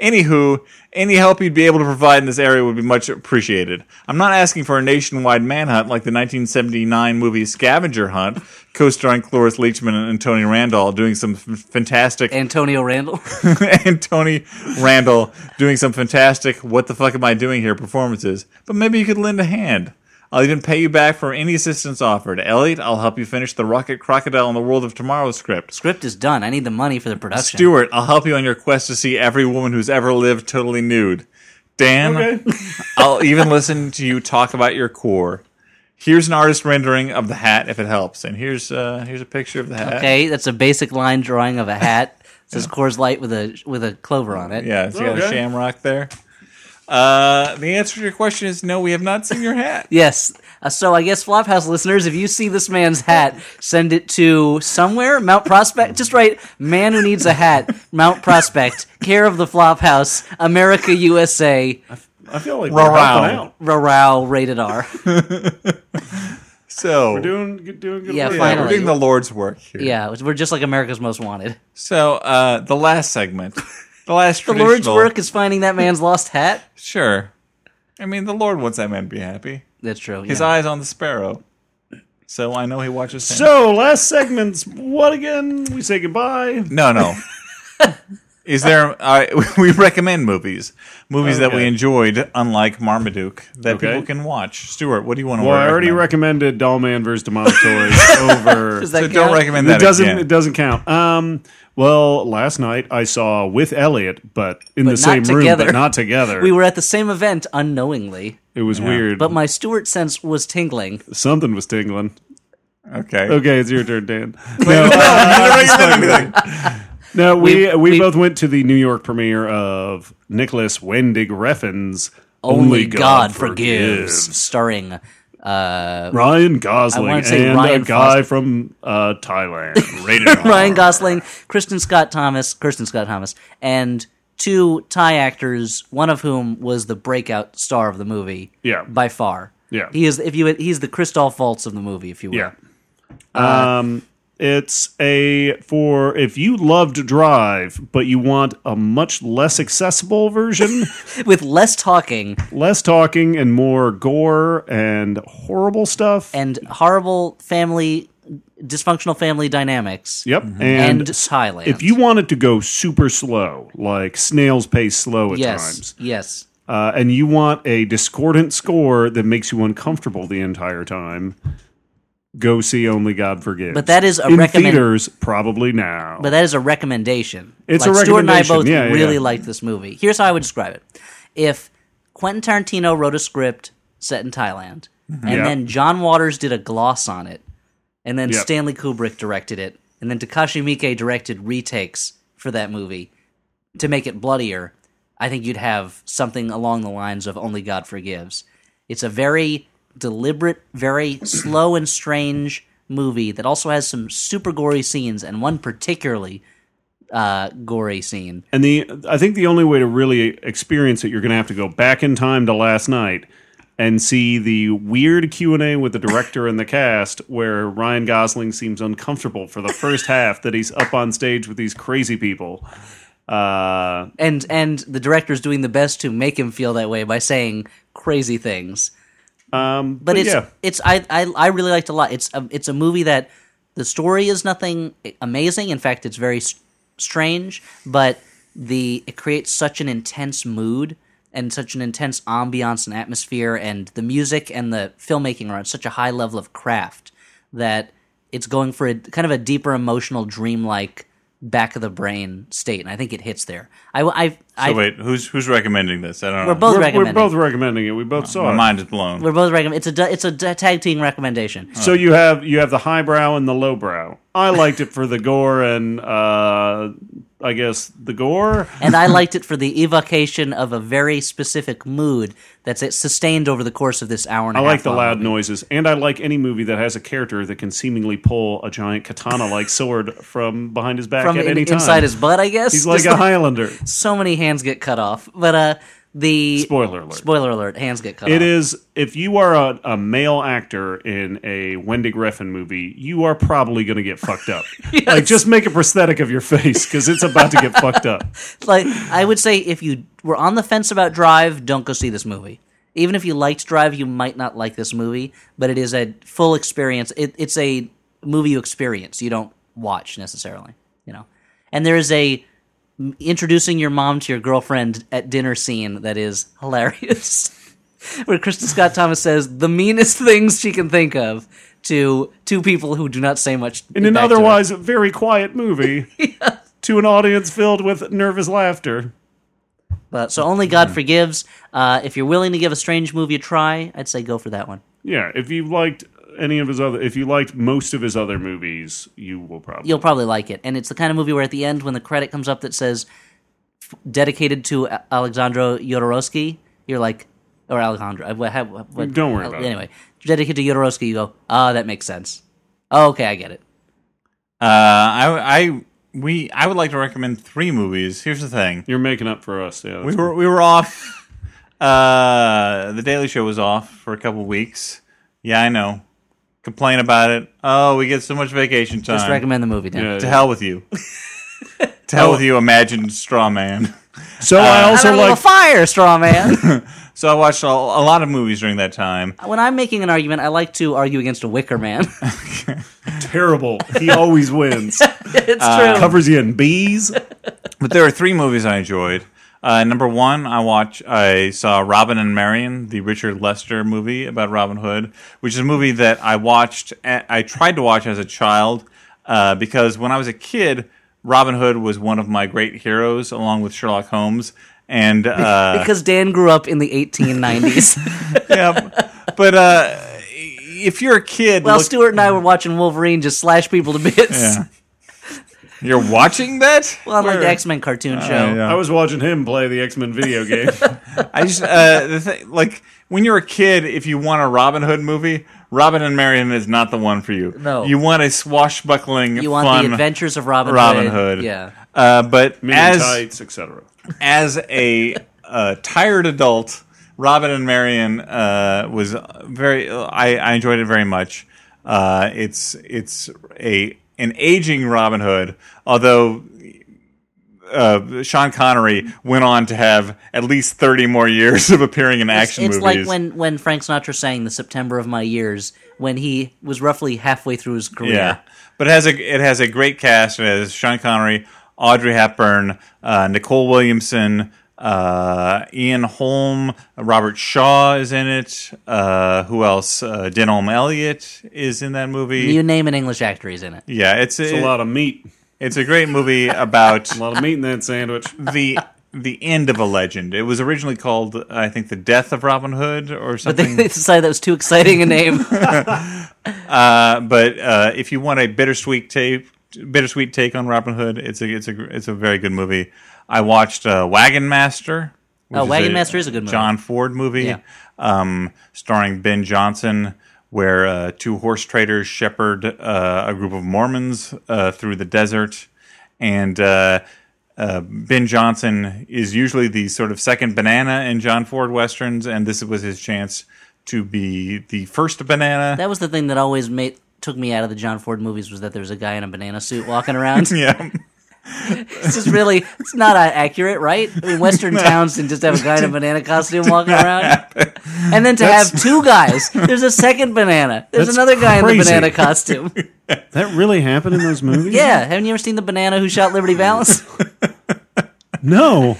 Speaker 1: Anywho, any help you'd be able to provide in this area would be much appreciated. I'm not asking for a nationwide manhunt like the 1979 movie Scavenger Hunt, co-starring Cloris Leachman and Tony Randall doing some f- fantastic
Speaker 3: Antonio Randall.
Speaker 1: and Tony Randall doing some fantastic "What the fuck am I doing here?" performances. But maybe you could lend a hand. I'll even pay you back for any assistance offered. Elliot, I'll help you finish the Rocket Crocodile in the World of Tomorrow script.
Speaker 3: Script is done. I need the money for the production.
Speaker 1: Stuart, I'll help you on your quest to see every woman who's ever lived totally nude. Dan,
Speaker 2: Okay.
Speaker 1: I'll even listen to you talk about your core. Here's an artist rendering of the hat if it helps, and here's uh, here's a picture of the hat.
Speaker 3: Okay, that's a basic line drawing of a hat. It says Coors Light with a with a clover on it.
Speaker 1: Yeah, so you got a
Speaker 2: Okay.
Speaker 1: shamrock there. Uh, the answer to your question is no. We have not seen your hat.
Speaker 3: Yes. Uh, so I guess Flophouse listeners, if you see this man's hat, send it to somewhere Mount Prospect. Just write "man who needs a hat," Mount Prospect, care of the Flophouse, America, USA,
Speaker 2: I feel like we're
Speaker 1: Row.
Speaker 2: helping out.
Speaker 3: Rarao, rated R.
Speaker 1: So
Speaker 2: We're doing doing good.
Speaker 3: Yeah,
Speaker 2: work.
Speaker 1: yeah,
Speaker 3: finally.
Speaker 1: we're doing the Lord's work here.
Speaker 3: Yeah, we're just like America's Most Wanted.
Speaker 1: So uh, the last segment, the last
Speaker 3: The Lord's
Speaker 1: traditional-
Speaker 3: work is finding that man's lost hat.
Speaker 1: Sure. I mean, the Lord wants that man to be happy.
Speaker 3: That's true.
Speaker 1: His
Speaker 3: yeah.
Speaker 1: eyes on the sparrow. So I know he watches him.
Speaker 2: So last segment's what again? We say goodbye.
Speaker 1: no, no. Is there? I we recommend movies, movies that we
Speaker 2: Oh, Okay.
Speaker 1: enjoyed, unlike Marmaduke, that
Speaker 2: Okay.
Speaker 1: people can watch. Stuart, what do you want to?
Speaker 2: Well, I already recommended Dollman versus Demonotoys over.
Speaker 3: Does that
Speaker 1: So don't
Speaker 3: count?
Speaker 1: recommend
Speaker 2: it
Speaker 1: that
Speaker 2: doesn't.
Speaker 1: again.
Speaker 2: It doesn't count. Um. Well, last night I saw with Elliot, but in the
Speaker 3: not
Speaker 2: same room,
Speaker 3: together.
Speaker 2: but not together.
Speaker 3: We were at the same event unknowingly,
Speaker 2: it was weird.
Speaker 3: but my Stewart sense was tingling.
Speaker 2: something was tingling.
Speaker 1: okay.
Speaker 2: Okay, it's your turn, Dan. no,
Speaker 1: Uh,
Speaker 2: no, we
Speaker 3: We-
Speaker 2: we,
Speaker 3: we-
Speaker 2: both went to the New York premiere of Nicholas Wendig Refn's
Speaker 3: Only God, forgives. starring uh,
Speaker 2: Ryan Gosling
Speaker 3: wanna
Speaker 2: and
Speaker 3: say Ryan
Speaker 2: a guy
Speaker 3: Foster.
Speaker 2: from uh, Thailand. Rated R.
Speaker 3: Ryan Gosling, Kristen Scott Thomas, Kristen Scott Thomas, and two Thai actors, one of whom was the breakout star of the movie.
Speaker 2: Yeah.
Speaker 3: by far.
Speaker 2: Yeah.
Speaker 3: he is. If you he's the Christoph Waltz of the movie, if you will.
Speaker 2: Yeah.
Speaker 3: Uh,
Speaker 2: Um, it's a for if you loved Drive, but you want a much less accessible version,
Speaker 3: with less talking
Speaker 2: less talking and more gore and horrible stuff.
Speaker 3: and horrible family dysfunctional family dynamics.
Speaker 2: yep.
Speaker 3: mm-hmm. and,
Speaker 2: And,
Speaker 3: Thailand.
Speaker 2: if you wanted to go super slow, like snail's pace slow at
Speaker 3: yes,
Speaker 2: times,
Speaker 3: yes,
Speaker 2: uh, and you want a discordant score that makes you uncomfortable the entire time, go see Only God Forgives.
Speaker 3: But that is a
Speaker 2: in
Speaker 3: recommend-
Speaker 2: theaters probably now.
Speaker 3: But that is a recommendation.
Speaker 2: It's
Speaker 3: like,
Speaker 2: a
Speaker 3: Stuart and I both
Speaker 2: recommendation. Yeah, yeah,
Speaker 3: really
Speaker 2: yeah.
Speaker 3: liked this movie. Here's how I would describe it: If Quentin Tarantino wrote a script set in Thailand, and
Speaker 2: Yeah.
Speaker 3: then John Waters did a gloss on it, and then
Speaker 2: Yep.
Speaker 3: Stanley Kubrick directed it, and then Takashi Miike directed retakes for that movie to make it bloodier, I think you'd have something along the lines of "Only God Forgives." It's a very deliberate, very slow and strange movie that also has some super gory scenes and one particularly uh, gory scene.
Speaker 2: And the I think the only way to really experience it, you're going to have to go back in time to last night and see the weird Q and A with the director and the cast, where Ryan Gosling seems uncomfortable for the first half that he's up on stage with these crazy people. Uh,
Speaker 3: And and the director's doing the best to make him feel that way by saying crazy things.
Speaker 2: um,
Speaker 3: but it's
Speaker 2: yeah,
Speaker 3: it's I, I I really liked it a lot. It's a, it's a movie that the story is nothing amazing. In fact, it's very s- strange, but the it creates such an intense mood and such an intense ambiance and atmosphere, and the music and the filmmaking are at such a high level of craft that it's going for a kind of a deeper emotional dreamlike back of the brain state, and I think it hits there. I I, I
Speaker 1: So wait, who's who's recommending this? I don't know.
Speaker 3: we're both
Speaker 2: we're, we're
Speaker 3: recommending.
Speaker 2: both recommending it. We both saw
Speaker 1: My
Speaker 2: it.
Speaker 1: mind is blown.
Speaker 3: we're both recommending. It's a du- it's a du- tag team recommendation.
Speaker 2: So you have you have the highbrow and the lowbrow. I liked it for the gore and uh, I guess the gore.
Speaker 3: and I liked it for the evocation of a very specific mood that's it sustained over the course of this hour and a
Speaker 2: I
Speaker 3: half.
Speaker 2: like the
Speaker 3: long
Speaker 2: loud
Speaker 3: movie.
Speaker 2: noises, and I like any movie that has a character that can seemingly pull a giant katana-like sword from behind his back
Speaker 3: from
Speaker 2: at
Speaker 3: in-
Speaker 2: any time.
Speaker 3: inside his butt. I guess
Speaker 2: He's like
Speaker 3: Just
Speaker 2: a Highlander.
Speaker 3: so many hands get cut off, but uh, the
Speaker 2: Spoiler alert.
Speaker 3: spoiler alert, hands get cut
Speaker 2: It
Speaker 3: off.
Speaker 2: is if you are a, a male actor in a Wendy Griffin movie, you are probably going to get fucked up. Like, just make a prosthetic of your face because it's about to get fucked up.
Speaker 3: like I would say, if you were on the fence about Drive, don't go see this movie. Even if you liked Drive, you might not like this movie, but it is a full experience. It, it's a movie you experience. You don't watch necessarily, you know. And there is a m- introducing your mom to your girlfriend at dinner scene that is hilarious, where Kristen Scott Thomas says the meanest things she can think of to two people who do not say much
Speaker 2: In an
Speaker 3: back to her.
Speaker 2: otherwise very quiet movie, to an audience filled with nervous laughter.
Speaker 3: But so only
Speaker 2: Mm-hmm.
Speaker 3: God forgives. Uh, if you're willing to give a strange movie a try, I'd say go for that one.
Speaker 2: Yeah, if you liked any of his other, if you liked most of his other movies, you will probably.
Speaker 3: You'll probably like it, and it's the kind of movie where at the end, when the credit comes up that says "Dedicated to A- Alexandro Jodorowsky," you're like, or Alejandro. What, what, what, uh,
Speaker 2: Don't worry about it.
Speaker 3: Anyway, dedicated to Yodorowski, you go, ah, that makes sense. Oh, okay, I get it.
Speaker 1: Uh, I, I, we, I would like to recommend three movies. Here's the thing:
Speaker 2: You're making up for us. Yeah,
Speaker 1: we were we were off. Uh, the Daily Show was off for a couple weeks. Yeah, I know. Complain about it. Oh, we get so much vacation time.
Speaker 3: Just recommend the movie, Dan.
Speaker 1: to hell with you. to hell with you, imagined straw man.
Speaker 2: So I also
Speaker 3: Also a little
Speaker 2: like
Speaker 3: fire, straw man.
Speaker 1: So I watched a, a lot of movies during that time.
Speaker 3: when I'm making an argument, I like to argue against a wicker man.
Speaker 2: terrible. He always wins.
Speaker 3: it's true.
Speaker 2: Covers you in bees.
Speaker 1: But there are three movies I enjoyed. Uh, number one, I watch. I saw Robin and Marion, the Richard Lester movie about Robin Hood, which is a movie that I watched. I tried to watch as a child uh, because when I was a kid, Robin Hood was one of my great heroes, along with Sherlock Holmes. And uh,
Speaker 3: because Dan grew up in the 1890s.
Speaker 1: yeah, but uh, if you're a kid,
Speaker 3: While
Speaker 1: look-
Speaker 3: Stuart and I were watching Wolverine just slash people to bits
Speaker 1: Yeah. You're watching that?
Speaker 3: well, on like the
Speaker 1: Where? Uh,
Speaker 3: X Men cartoon show.
Speaker 2: I was watching him play the X Men video game.
Speaker 1: I just uh, the th- like when you're a kid, if you want a Robin Hood movie, Robin and Marion is not the one for you.
Speaker 3: No.
Speaker 1: you want a swashbuckling,
Speaker 3: You want
Speaker 1: fun
Speaker 3: the adventures of Robin,
Speaker 1: Robin
Speaker 3: Hood.
Speaker 1: Hood.
Speaker 3: Yeah.
Speaker 1: Uh, but
Speaker 2: Me
Speaker 1: as
Speaker 2: tights, etc.
Speaker 1: as a uh, tired adult, Robin and Marion uh, was very. I, I enjoyed it very much. Uh, it's it's a an aging Robin Hood, although uh, Sean Connery went on to have at least thirty more years of appearing in
Speaker 3: It's,
Speaker 1: action
Speaker 3: it's
Speaker 1: movies.
Speaker 3: like when, when Frank Sinatra sang The September of My Years when he was roughly halfway through his career.
Speaker 1: Yeah, but it has a it has a great cast. It has Sean Connery, Audrey Hepburn, uh, Nicole Williamson, uh, Ian Holm, Robert Shaw is in it. Uh, who else? Uh, Denholm Elliott is in that movie.
Speaker 3: You name an English actor, he's in it.
Speaker 1: yeah, it's a,
Speaker 2: It's a lot of meat.
Speaker 1: it's a great movie about
Speaker 2: A lot of meat in that sandwich.
Speaker 1: the the end of a legend. It was originally called, I think, the Death of Robin Hood or
Speaker 3: They,
Speaker 1: something.
Speaker 3: they decided that was too exciting a name.
Speaker 1: but uh, if you want a bittersweet tape, bittersweet take on Robin Hood, it's a it's a it's a very good movie. I watched uh, Wagon Master. which
Speaker 3: Oh, Wagon Master is a good movie.
Speaker 1: John Ford movie,
Speaker 3: Yeah.
Speaker 1: um, starring Ben Johnson, where uh, two horse traders shepherd uh, a group of Mormons uh, through the desert, and. Uh, uh, ben Johnson is usually the sort of second banana in John Ford westerns, and this was his chance to be the first banana.
Speaker 3: that was the thing that always made took me out of the John Ford movies was that there was a guy in a banana suit walking around.
Speaker 1: yeah,
Speaker 3: this is really it's not uh, accurate, right? I mean, Western towns didn't just have a guy in a banana costume walking around, and then to have two guys. There's a second banana. There's
Speaker 2: That's
Speaker 3: another guy in the
Speaker 2: crazy.
Speaker 3: banana costume.
Speaker 2: That really happened in those movies?
Speaker 3: Yeah, haven't you ever seen the banana who shot Liberty Valance?
Speaker 2: No.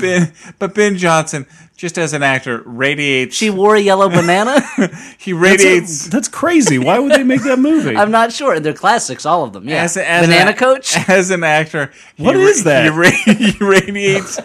Speaker 1: Ben, but Ben Johnson, just as an actor, radiates.
Speaker 3: She wore a yellow banana.
Speaker 1: he
Speaker 2: That's,
Speaker 1: radiates
Speaker 2: that's crazy. Why would they make that movie?
Speaker 3: I'm not sure. They're classics, all of them. Yeah,
Speaker 1: As- as
Speaker 3: banana
Speaker 1: a-
Speaker 3: coach.
Speaker 1: as an actor.
Speaker 2: What
Speaker 1: What is
Speaker 2: is that?
Speaker 1: He, ra- he radiates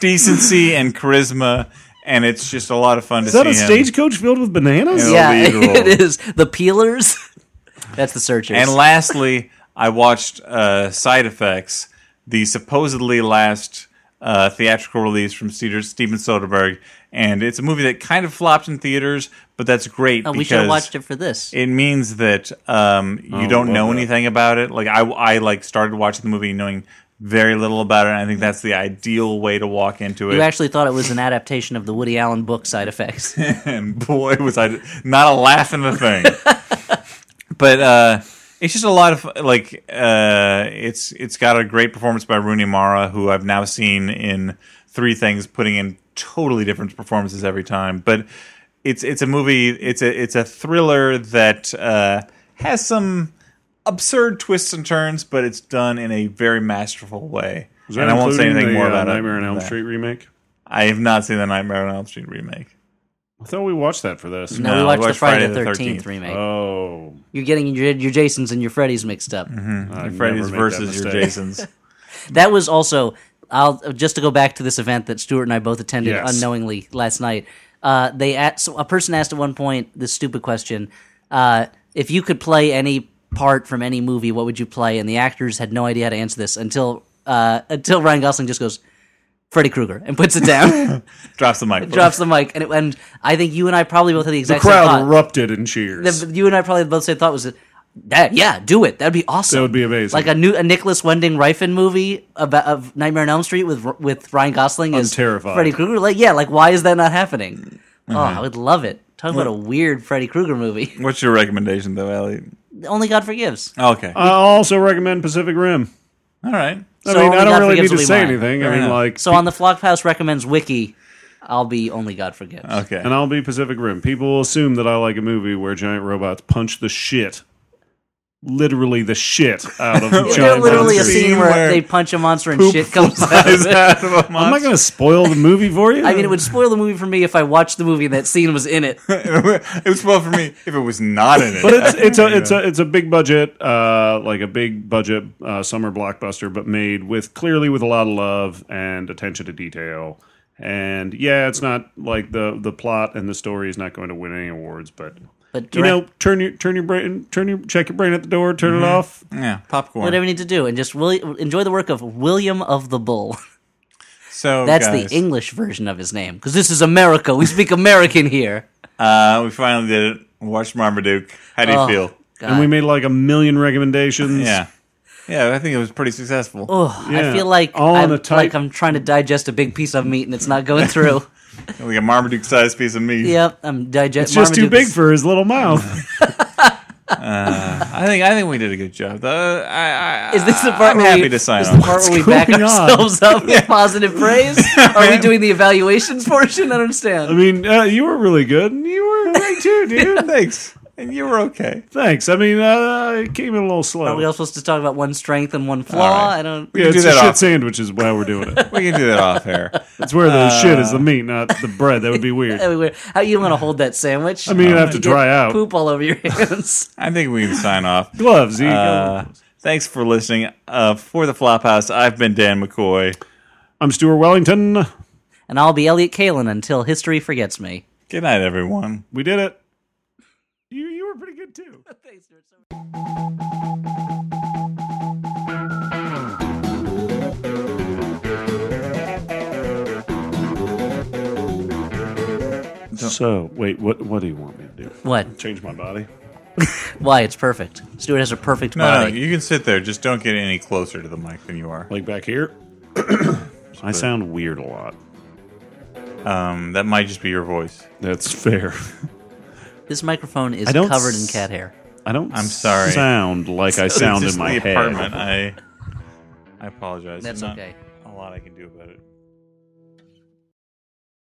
Speaker 1: decency and charisma, and it's just a lot of fun
Speaker 2: Is
Speaker 1: to
Speaker 2: that
Speaker 1: see
Speaker 2: a
Speaker 1: him.
Speaker 2: stagecoach filled with bananas?
Speaker 1: Yeah.
Speaker 3: Yeah,
Speaker 1: illegal.
Speaker 3: it is the peelers. That's the searchers.
Speaker 1: And lastly, I watched uh, Side Effects, the supposedly last uh, theatrical release from Cedar, Steven Soderbergh, and it's a movie that kind of flopped in theaters, but that's great.
Speaker 3: oh, we should
Speaker 1: because
Speaker 3: have watched it for this.
Speaker 1: It means that um, you don't
Speaker 2: Oh, love
Speaker 1: know
Speaker 2: that.
Speaker 1: anything about it. Like I, I like started watching the movie knowing very little about it. And I think that's the ideal way to walk into it.
Speaker 3: you actually thought it was an adaptation of the Woody Allen book Side Effects.
Speaker 1: and boy, was I not a laugh in the thing. but uh, it's just a lot of like uh, it's it's got a great performance by Rooney Mara, who I've now seen in three things, putting in totally different performances every time. But it's it's a movie. It's a it's a thriller that uh, has some absurd twists and turns, but it's done in a very masterful way.
Speaker 2: Is that
Speaker 1: And I won't say
Speaker 2: including
Speaker 1: anything
Speaker 2: the,
Speaker 1: more
Speaker 2: uh,
Speaker 1: about
Speaker 2: Nightmare
Speaker 1: it.
Speaker 2: on Elm
Speaker 1: than that.
Speaker 2: Street remake.
Speaker 1: I have not seen the Nightmare on Elm Street remake.
Speaker 2: I thought we watched that for this.
Speaker 3: No,
Speaker 1: No,
Speaker 3: we watched the Friday, the 13th,
Speaker 1: 13th.
Speaker 3: remake.
Speaker 2: Oh,
Speaker 3: You're getting your, your Jasons and your Freddys mixed up.
Speaker 2: I
Speaker 1: Freddy's
Speaker 2: never make that
Speaker 1: versus your
Speaker 2: mistake.
Speaker 1: Jasons.
Speaker 3: That was also I'll just to go back to this event that Stuart and I both attended
Speaker 2: Yes.
Speaker 3: unknowingly last night. Uh, they asked, so a person asked at one point this stupid question: uh, if you could play any part from any movie, what would you play? And the actors had no idea how to answer this until uh, until Ryan Gosling just goes, Freddy Krueger and puts it down,
Speaker 1: Drops the mic.
Speaker 3: drops the mic, and it, and I think you and I probably both had the
Speaker 2: The
Speaker 3: exact same
Speaker 2: crowd
Speaker 3: thought.
Speaker 2: erupted in cheers.
Speaker 3: The- you and I probably both said thought was that, that yeah, do it. That'd be awesome.
Speaker 2: That would be amazing.
Speaker 3: Like a new a Nicholas Wending Refn movie about of Nightmare on Elm Street with with Ryan Gosling as
Speaker 2: terrified. Mm-hmm.
Speaker 3: Freddy Krueger. Like yeah, like why is that not happening? Oh, I would love it. Talk about a weird Freddy Krueger movie.
Speaker 1: What's your recommendation, though, Ellie?
Speaker 3: Only God forgives.
Speaker 1: Okay.
Speaker 2: I also recommend Pacific Rim.
Speaker 1: All right.
Speaker 2: I
Speaker 3: So
Speaker 2: mean,
Speaker 3: Only
Speaker 2: I
Speaker 3: God
Speaker 2: don't really
Speaker 3: Forgives
Speaker 2: need to
Speaker 3: Will Be
Speaker 2: say
Speaker 3: Mine.
Speaker 2: anything. I
Speaker 1: Fair
Speaker 2: mean,
Speaker 1: enough.
Speaker 2: like,
Speaker 3: So on the Floghouse recommends wiki, I'll be Only God forgives.
Speaker 1: Okay.
Speaker 2: and I'll be Pacific Rim. People will assume that I like a movie where giant robots punch the shit, literally the shit out of giant
Speaker 3: There's literally a
Speaker 2: monsters.
Speaker 3: scene where,
Speaker 1: Where
Speaker 3: they punch a monster and shit comes out.
Speaker 1: Is that a
Speaker 2: I'm not
Speaker 1: monster?
Speaker 2: going to spoil the movie for you.
Speaker 3: I mean, it would spoil the movie for me if I watched the movie and that scene was in it.
Speaker 1: it was well for me if it was not in it.
Speaker 2: but it's it's a it's a it's a big budget, uh, like a big budget uh, summer blockbuster, but made with clearly with a lot of love and attention to detail. And yeah, it's not like the the plot and the story is not going to win any awards, but.
Speaker 3: But
Speaker 2: You know, turn your turn your brain, turn your check your brain at the door, turn it
Speaker 1: Mm-hmm.
Speaker 2: off.
Speaker 1: yeah, popcorn.
Speaker 3: whatever you need to do, and just really enjoy the work of William of the Bull.
Speaker 1: So
Speaker 3: That's
Speaker 1: guys,
Speaker 3: the English version of his name, because this is America. We speak American here.
Speaker 1: Uh, we finally did it. Watched Marmaduke. How do you
Speaker 3: Oh,
Speaker 1: feel?
Speaker 3: God.
Speaker 2: And we made like a million recommendations.
Speaker 1: Yeah, yeah. I think it was pretty successful.
Speaker 3: Ugh, I
Speaker 2: Yeah.
Speaker 3: feel like
Speaker 2: All on
Speaker 3: I'm,
Speaker 2: a tight-
Speaker 3: like I'm trying to digest a big piece of meat and it's not going through.
Speaker 1: We got Marmaduke-sized piece of meat.
Speaker 3: yep, I'm digesting.
Speaker 2: it's just too big for his little mouth.
Speaker 1: I think I think we did a good job. Though I, I,
Speaker 3: Is this the
Speaker 2: Ah,
Speaker 1: I-
Speaker 3: part
Speaker 1: I'm
Speaker 3: where
Speaker 1: happy
Speaker 3: we,
Speaker 1: to sign
Speaker 3: is the
Speaker 1: off.
Speaker 3: part where we back
Speaker 2: going on?
Speaker 3: ourselves up with positive praise? Are we doing the evaluations portion? I don't
Speaker 2: I
Speaker 3: understand.
Speaker 2: mean, uh, you were really good, and you were great too, dude.
Speaker 1: Thanks, and you were okay.
Speaker 2: Thanks. I mean, uh, it came in a little slow.
Speaker 3: Are we all supposed to talk about one strength and one flaw?
Speaker 1: right.
Speaker 3: I don't.
Speaker 2: yeah,
Speaker 1: can
Speaker 2: it's
Speaker 1: do
Speaker 2: a
Speaker 1: that
Speaker 2: shit
Speaker 1: off.
Speaker 2: sandwich is why we're doing it.
Speaker 1: We can do that off air.
Speaker 2: It's where the
Speaker 1: Uh,
Speaker 2: shit is the meat, not the bread. That would be weird.
Speaker 3: That'd be weird. How you want to hold that sandwich? I
Speaker 2: mean,
Speaker 1: Uh,
Speaker 2: you'd have to dry out.
Speaker 3: Poop all over your hands.
Speaker 1: I think we can sign off.
Speaker 2: Gloves. you-
Speaker 1: Uh, thanks for listening. Uh, for the Flophouse, I've been Dan McCoy.
Speaker 2: I'm Stuart Wellington.
Speaker 3: and I'll be Elliot Kalin until history forgets me.
Speaker 1: Good night, everyone.
Speaker 2: We did it. You you were pretty good too. So wait, what what do you want me to do?
Speaker 3: What?
Speaker 2: Change my body?
Speaker 3: Why? It's perfect. Stuart has a perfect
Speaker 1: No, no,
Speaker 3: body.
Speaker 1: you can sit there. Just don't get any closer to the mic than you are.
Speaker 2: Like back here? I sound weird a lot.
Speaker 1: Um, that might just be your voice.
Speaker 2: That's fair.
Speaker 3: this microphone is
Speaker 2: I don't
Speaker 3: covered in
Speaker 2: s-
Speaker 3: cat hair.
Speaker 2: I don't.
Speaker 1: I'm sorry.
Speaker 2: Sound like I sound
Speaker 1: It's just
Speaker 2: in my
Speaker 1: the
Speaker 2: head.
Speaker 1: apartment. I, I apologize.
Speaker 3: That's
Speaker 1: There's not
Speaker 3: okay.
Speaker 1: A lot I can do about it.